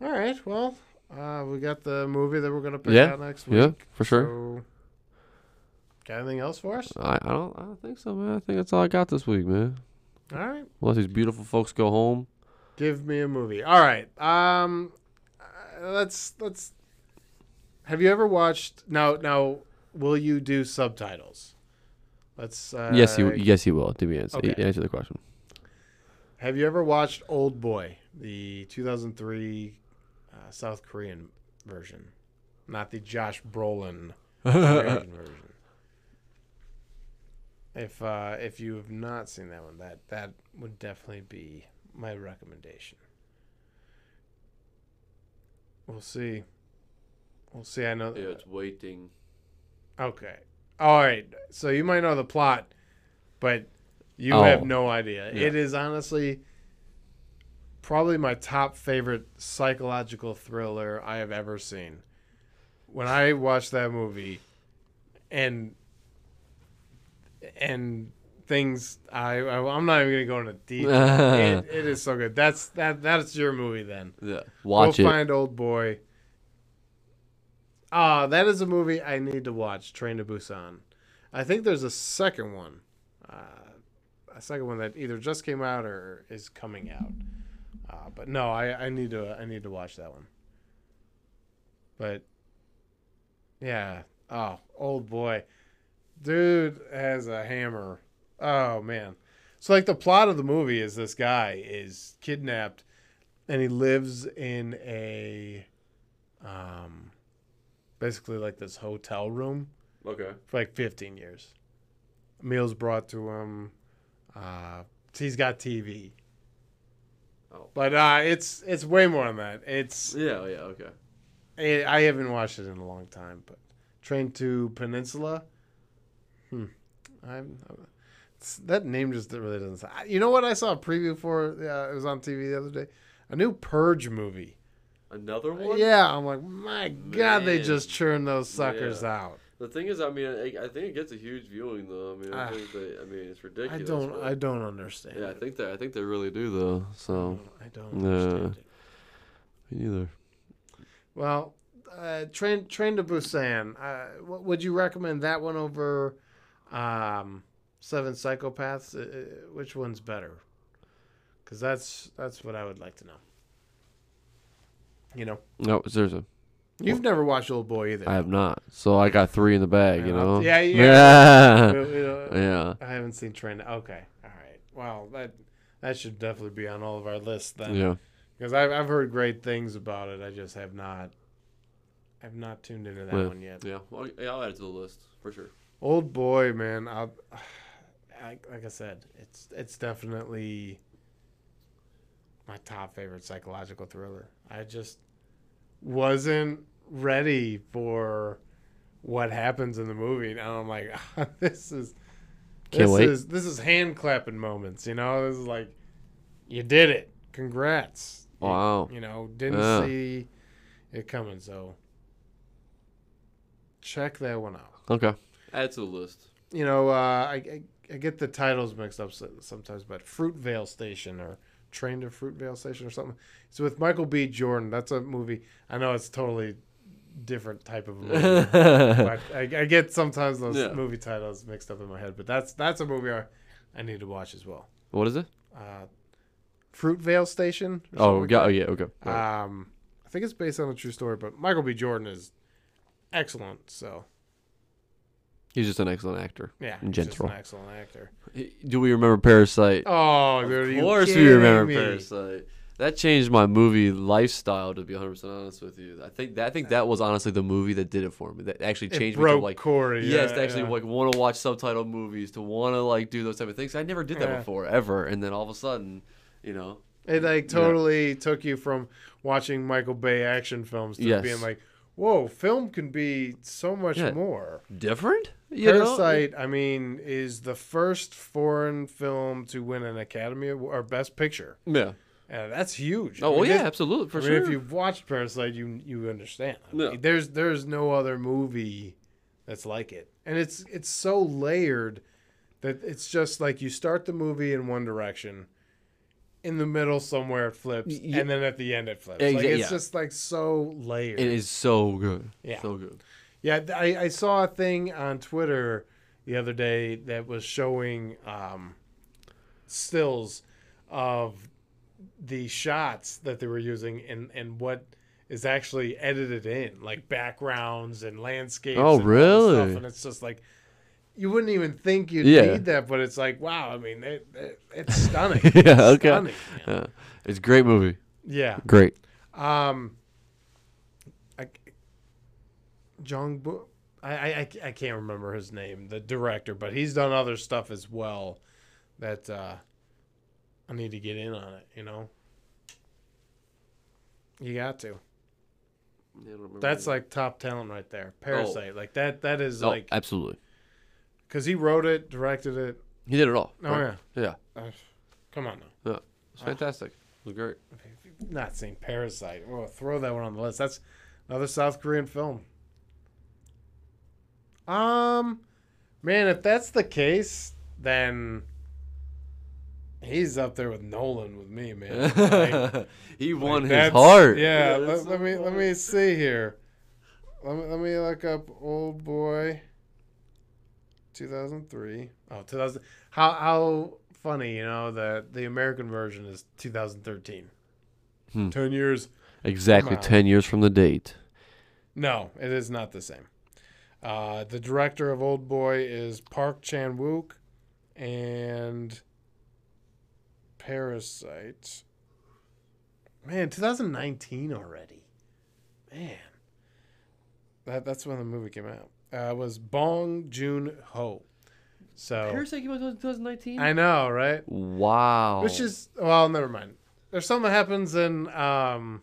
You- All right, well, uh, we got the movie that we're gonna pick Yeah, out next week. yeah, for sure. So, got anything else for us? I, I don't I don't think so, man. I think that's all I got this week, man. All right. Unless these beautiful folks go home. Give me a movie. All right. Um, uh, let's let's. Have you ever watched? Now now, will you do subtitles? Let's. Uh, yes, he yes he will. To be answer, okay. answer the question. Have you ever watched Old Boy, the 2003 uh, South Korean version, not the Josh Brolin American version? If uh, if you have not seen that one, that that would definitely be my recommendation. We'll see. We'll see. I know. Yeah, it's waiting. Okay. All right. So you might know the plot, but you Oh. have no idea. Yeah. It is honestly probably my top favorite psychological thriller I have ever seen. When I watched that movie and and things I, I I'm not even going to go into detail. it, it is so good. That's that that's your movie then. yeah. Watch Go it. find Old Boy. Ah, that is a movie I need to watch. Train to Busan. I think there's a second one, uh, a second one that either just came out or is coming out. Uh, but no, I, I need to I need to watch that one. But yeah, oh, Old Boy, dude has a hammer. Oh man. So like the plot of the movie is this guy is kidnapped and he lives in a um basically like this hotel room Okay. for like 15 years meals brought to him uh he's got tv Oh. but uh it's it's way more than that it's Yeah. Yeah. Okay. i i haven't watched it in a long time but train to peninsula hmm i'm, I'm it's- that name just really doesn't sound, you know what i saw a preview for uh, it was on tv the other day a new purge movie Another one. Yeah, I'm like, my god, they Man. just churn those suckers out. The thing is, I mean, I, I think it gets a huge viewing though. I mean, I Ah. think they, I mean, it's I ridiculous. don't, but- I don't understand. yeah, I it. think they, I think they really do though. So I don't Uh, understand it. Mm. me neither. Well, uh, train, train to Busan. Uh, w- would you recommend that one over um, Seven Psychopaths? Uh, Uh, which one's better? Because that's that's what I would like to know. You know, No, seriously, you've never watched Old Boy either. I have not. So I got three in the bag, you Yeah, know. yeah, yeah. We- we don't- yeah. I haven't seen Train. to- Okay, all right. Wow, that that should definitely be on all of our lists then. Yeah. because I've, I've heard great things about it. I just have not, I've not tuned into that Yeah. one yet. Yeah. Well, yeah, I'll add it to the list for sure. Old boy, man. I, I, like I said, it's it's definitely my top favorite psychological thriller. I just wasn't ready for what happens in the movie, and I'm like, this is. Can't this wait. is this is hand clapping moments, you know. This is like, you did it, congrats. You- Wow. you know, didn't Yeah. see it coming. So check that one out. Okay. Add it to the list. You know, uh, I, I I get the titles mixed up so- sometimes, but Fruitvale Station or Train to Fruitvale Station or something. It's with Michael B. Jordan. That's a movie. I know it's totally different type of movie. yeah. But I, I get sometimes those Yeah. movie titles mixed up in my head, but that's that's a movie I, I need to watch as well. What is it? Uh, Fruitvale Station. or something Oh, like yeah. that. Oh, yeah. Okay. Alright. Um, I think it's based on a true story, but Michael B. Jordan is excellent. So He's just an excellent actor. yeah, In he's just an general. excellent actor. Do we remember Parasite? Oh, dude, are of you course, we kidding remember me? Parasite. That changed my movie lifestyle. To be 100 percent honest with you, I think that I think that was honestly the movie that did it for me. That actually It changed me to broke like Corey. yes, yeah, to actually yeah. like want to watch subtitle movies, to want to like do those type of things. I never did that Yeah. before ever, and then all of a sudden, you know, it like Yeah. totally took you from watching Michael Bay action films to Yes. being like, whoa, film can be so much Yeah. more. different. You know? Parasite, I mean, is the first foreign film to win an Academy Award or Best Picture. Yeah. Uh, that's huge. I Oh well, mean, yeah, this- absolutely for I mean, sure. if you've watched Parasite, you you understand. I Yeah. mean, There's there's no other movie that's like it, and it's it's so layered that it's just like you start the movie in one direction, in the middle somewhere it flips, Y- yeah. and then at the end it flips. Exa- like it's yeah. just like so layered. it is so good. Yeah. So good. Yeah, th- I, I saw a thing on Twitter the other day that was showing um, stills of the shots that they were using and, and what is actually edited in, like backgrounds and landscapes. Oh, and all this really? And it's just like, you wouldn't even think you'd Yeah. need that, but it's like, wow. I mean, it, it, it's stunning. Yeah, okay. Stunning. Yeah. It's a great movie. Yeah. Great. Um, I, Jong Bo, I, I I- I can't remember his name, the director, but he's done other stuff as well. That uh, I need to get in on it. You know, you got to. That's like top talent right there. Parasite, like that. That is oh, like absolutely. because he wrote it, directed it. He did it all. Oh right? Yeah. yeah, Uh, come on now. Yeah. It's fantastic. It was great. If you've not seen Parasite, well, throw that one on the list. That's another South Korean film. Um, man, if that's the case, then he's up there with Nolan with me, man. Like, he won his that's- heart. Yeah, let, let me let me see here. Let me, let me look up Old Boy. 2003. Oh, 2000. How how funny, you know, the the American version is 2013. Hmm. 10 years. Exactly Come on. 10 years from the date. No, it is not the same. Uh, the director of Old Boy is Park Chan Wook, and Parasite. Man, 2019 already. Man, that that's when the movie came out. Uh, it was Bong Joon Ho. So came out in 2019? Oh. I know, right? Wow. Which is well, never mind. There's something that happens in um,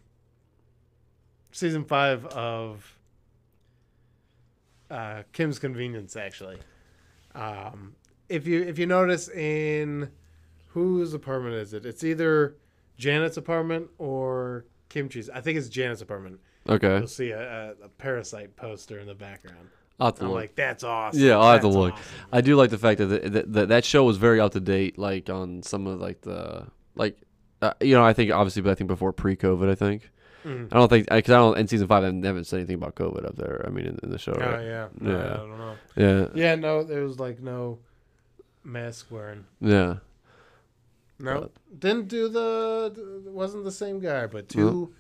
season five of uh, Kim's Convenience, actually. Um, if you if you notice in whose apartment is it? It's either Janet's apartment or Kimchi's. I think it's Janet's apartment. Okay. You'll see a, a, a parasite poster in the background. I'll have to I'm look. like, that's awesome. yeah, I'll have to That's look. awesome." I do like the fact that, the, that that that show was very up to date, like on some of like the like, uh, you know, I think obviously, but I think before pre-COVID, I think. Mhm. I don't think because I, don't in season five, I haven't said anything about COVID up there. I mean, in, in the show, Oh right? yeah. No, Yeah. I don't know. Yeah, Yeah, no, there was like no mask wearing. yeah. No, didn't do the wasn't the same guy, but 2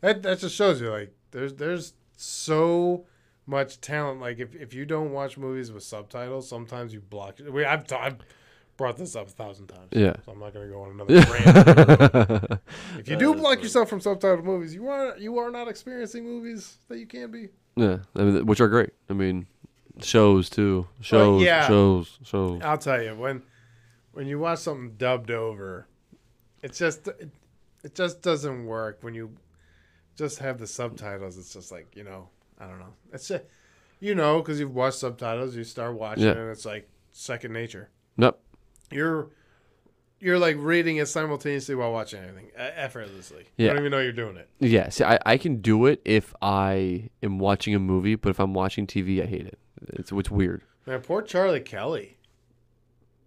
That that just shows you like there's there's so much talent. Like if, if you don't watch movies with subtitles, sommes you block. it. We I've, t- I've brought this up a thousand times. Yeah. so I'm not gonna go on another rant. yeah. If you do block yourself from subtitled movies, you are you are not experiencing movies that you can be. I mean, which are great. I mean, shows too. Shows, yeah. shows, shows. I'll tell you when when you watch something dubbed over, it's just it, it just doesn't work when you just have the subtitles. It's just like you know I don't know. It's just, you know because you've watched subtitles, you start watching Yeah. it, and it's like second nature. Nope. You're you're like reading it simultaneously while watching everything e- effortlessly. You Yeah. don't even know you're doing it. Yeah. See, I, I can do it if I am watching a movie, but if I'm watching TV, I hate it. It's it's weird. Man, poor Charlie Kelly.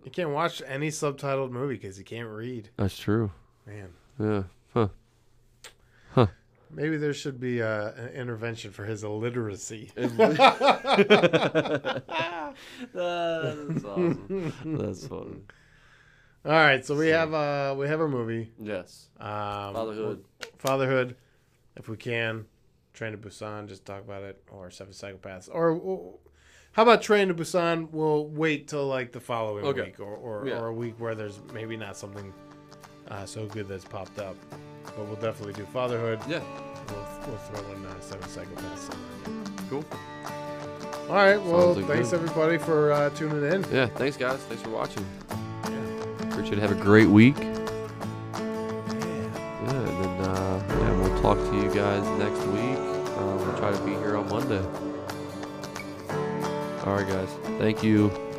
He can't watch any subtitled movie because he can't read. That's true. Man. Yeah. Huh. Maybe there should be uh, an intervention for his illiteracy. that's awesome. That's funny. All right, so we have uh, we have a movie, Yes. um, Fatherhood. Fatherhood, if we can, Train to Busan, just talk about it, or Seven Psychopaths, or or- how about Train to Busan? We'll wait till like the following Okay. week, or or, Yeah. or a week where there's maybe not something uh, so good that's popped up, but we'll definitely do Fatherhood. Yeah. We'll, we'll throw in uh, Seven Psychopaths. in Cool. there. All right, well, Sounds like thanks good. everybody for uh, tuning in. Yeah. Thanks, guys. Thanks for watching. Yeah. Appreciate it. Have a great week. Yeah. And then uh, yeah, we'll talk to you guys next week. Uh, we'll try to be here on Monday. All right, guys. Thank you.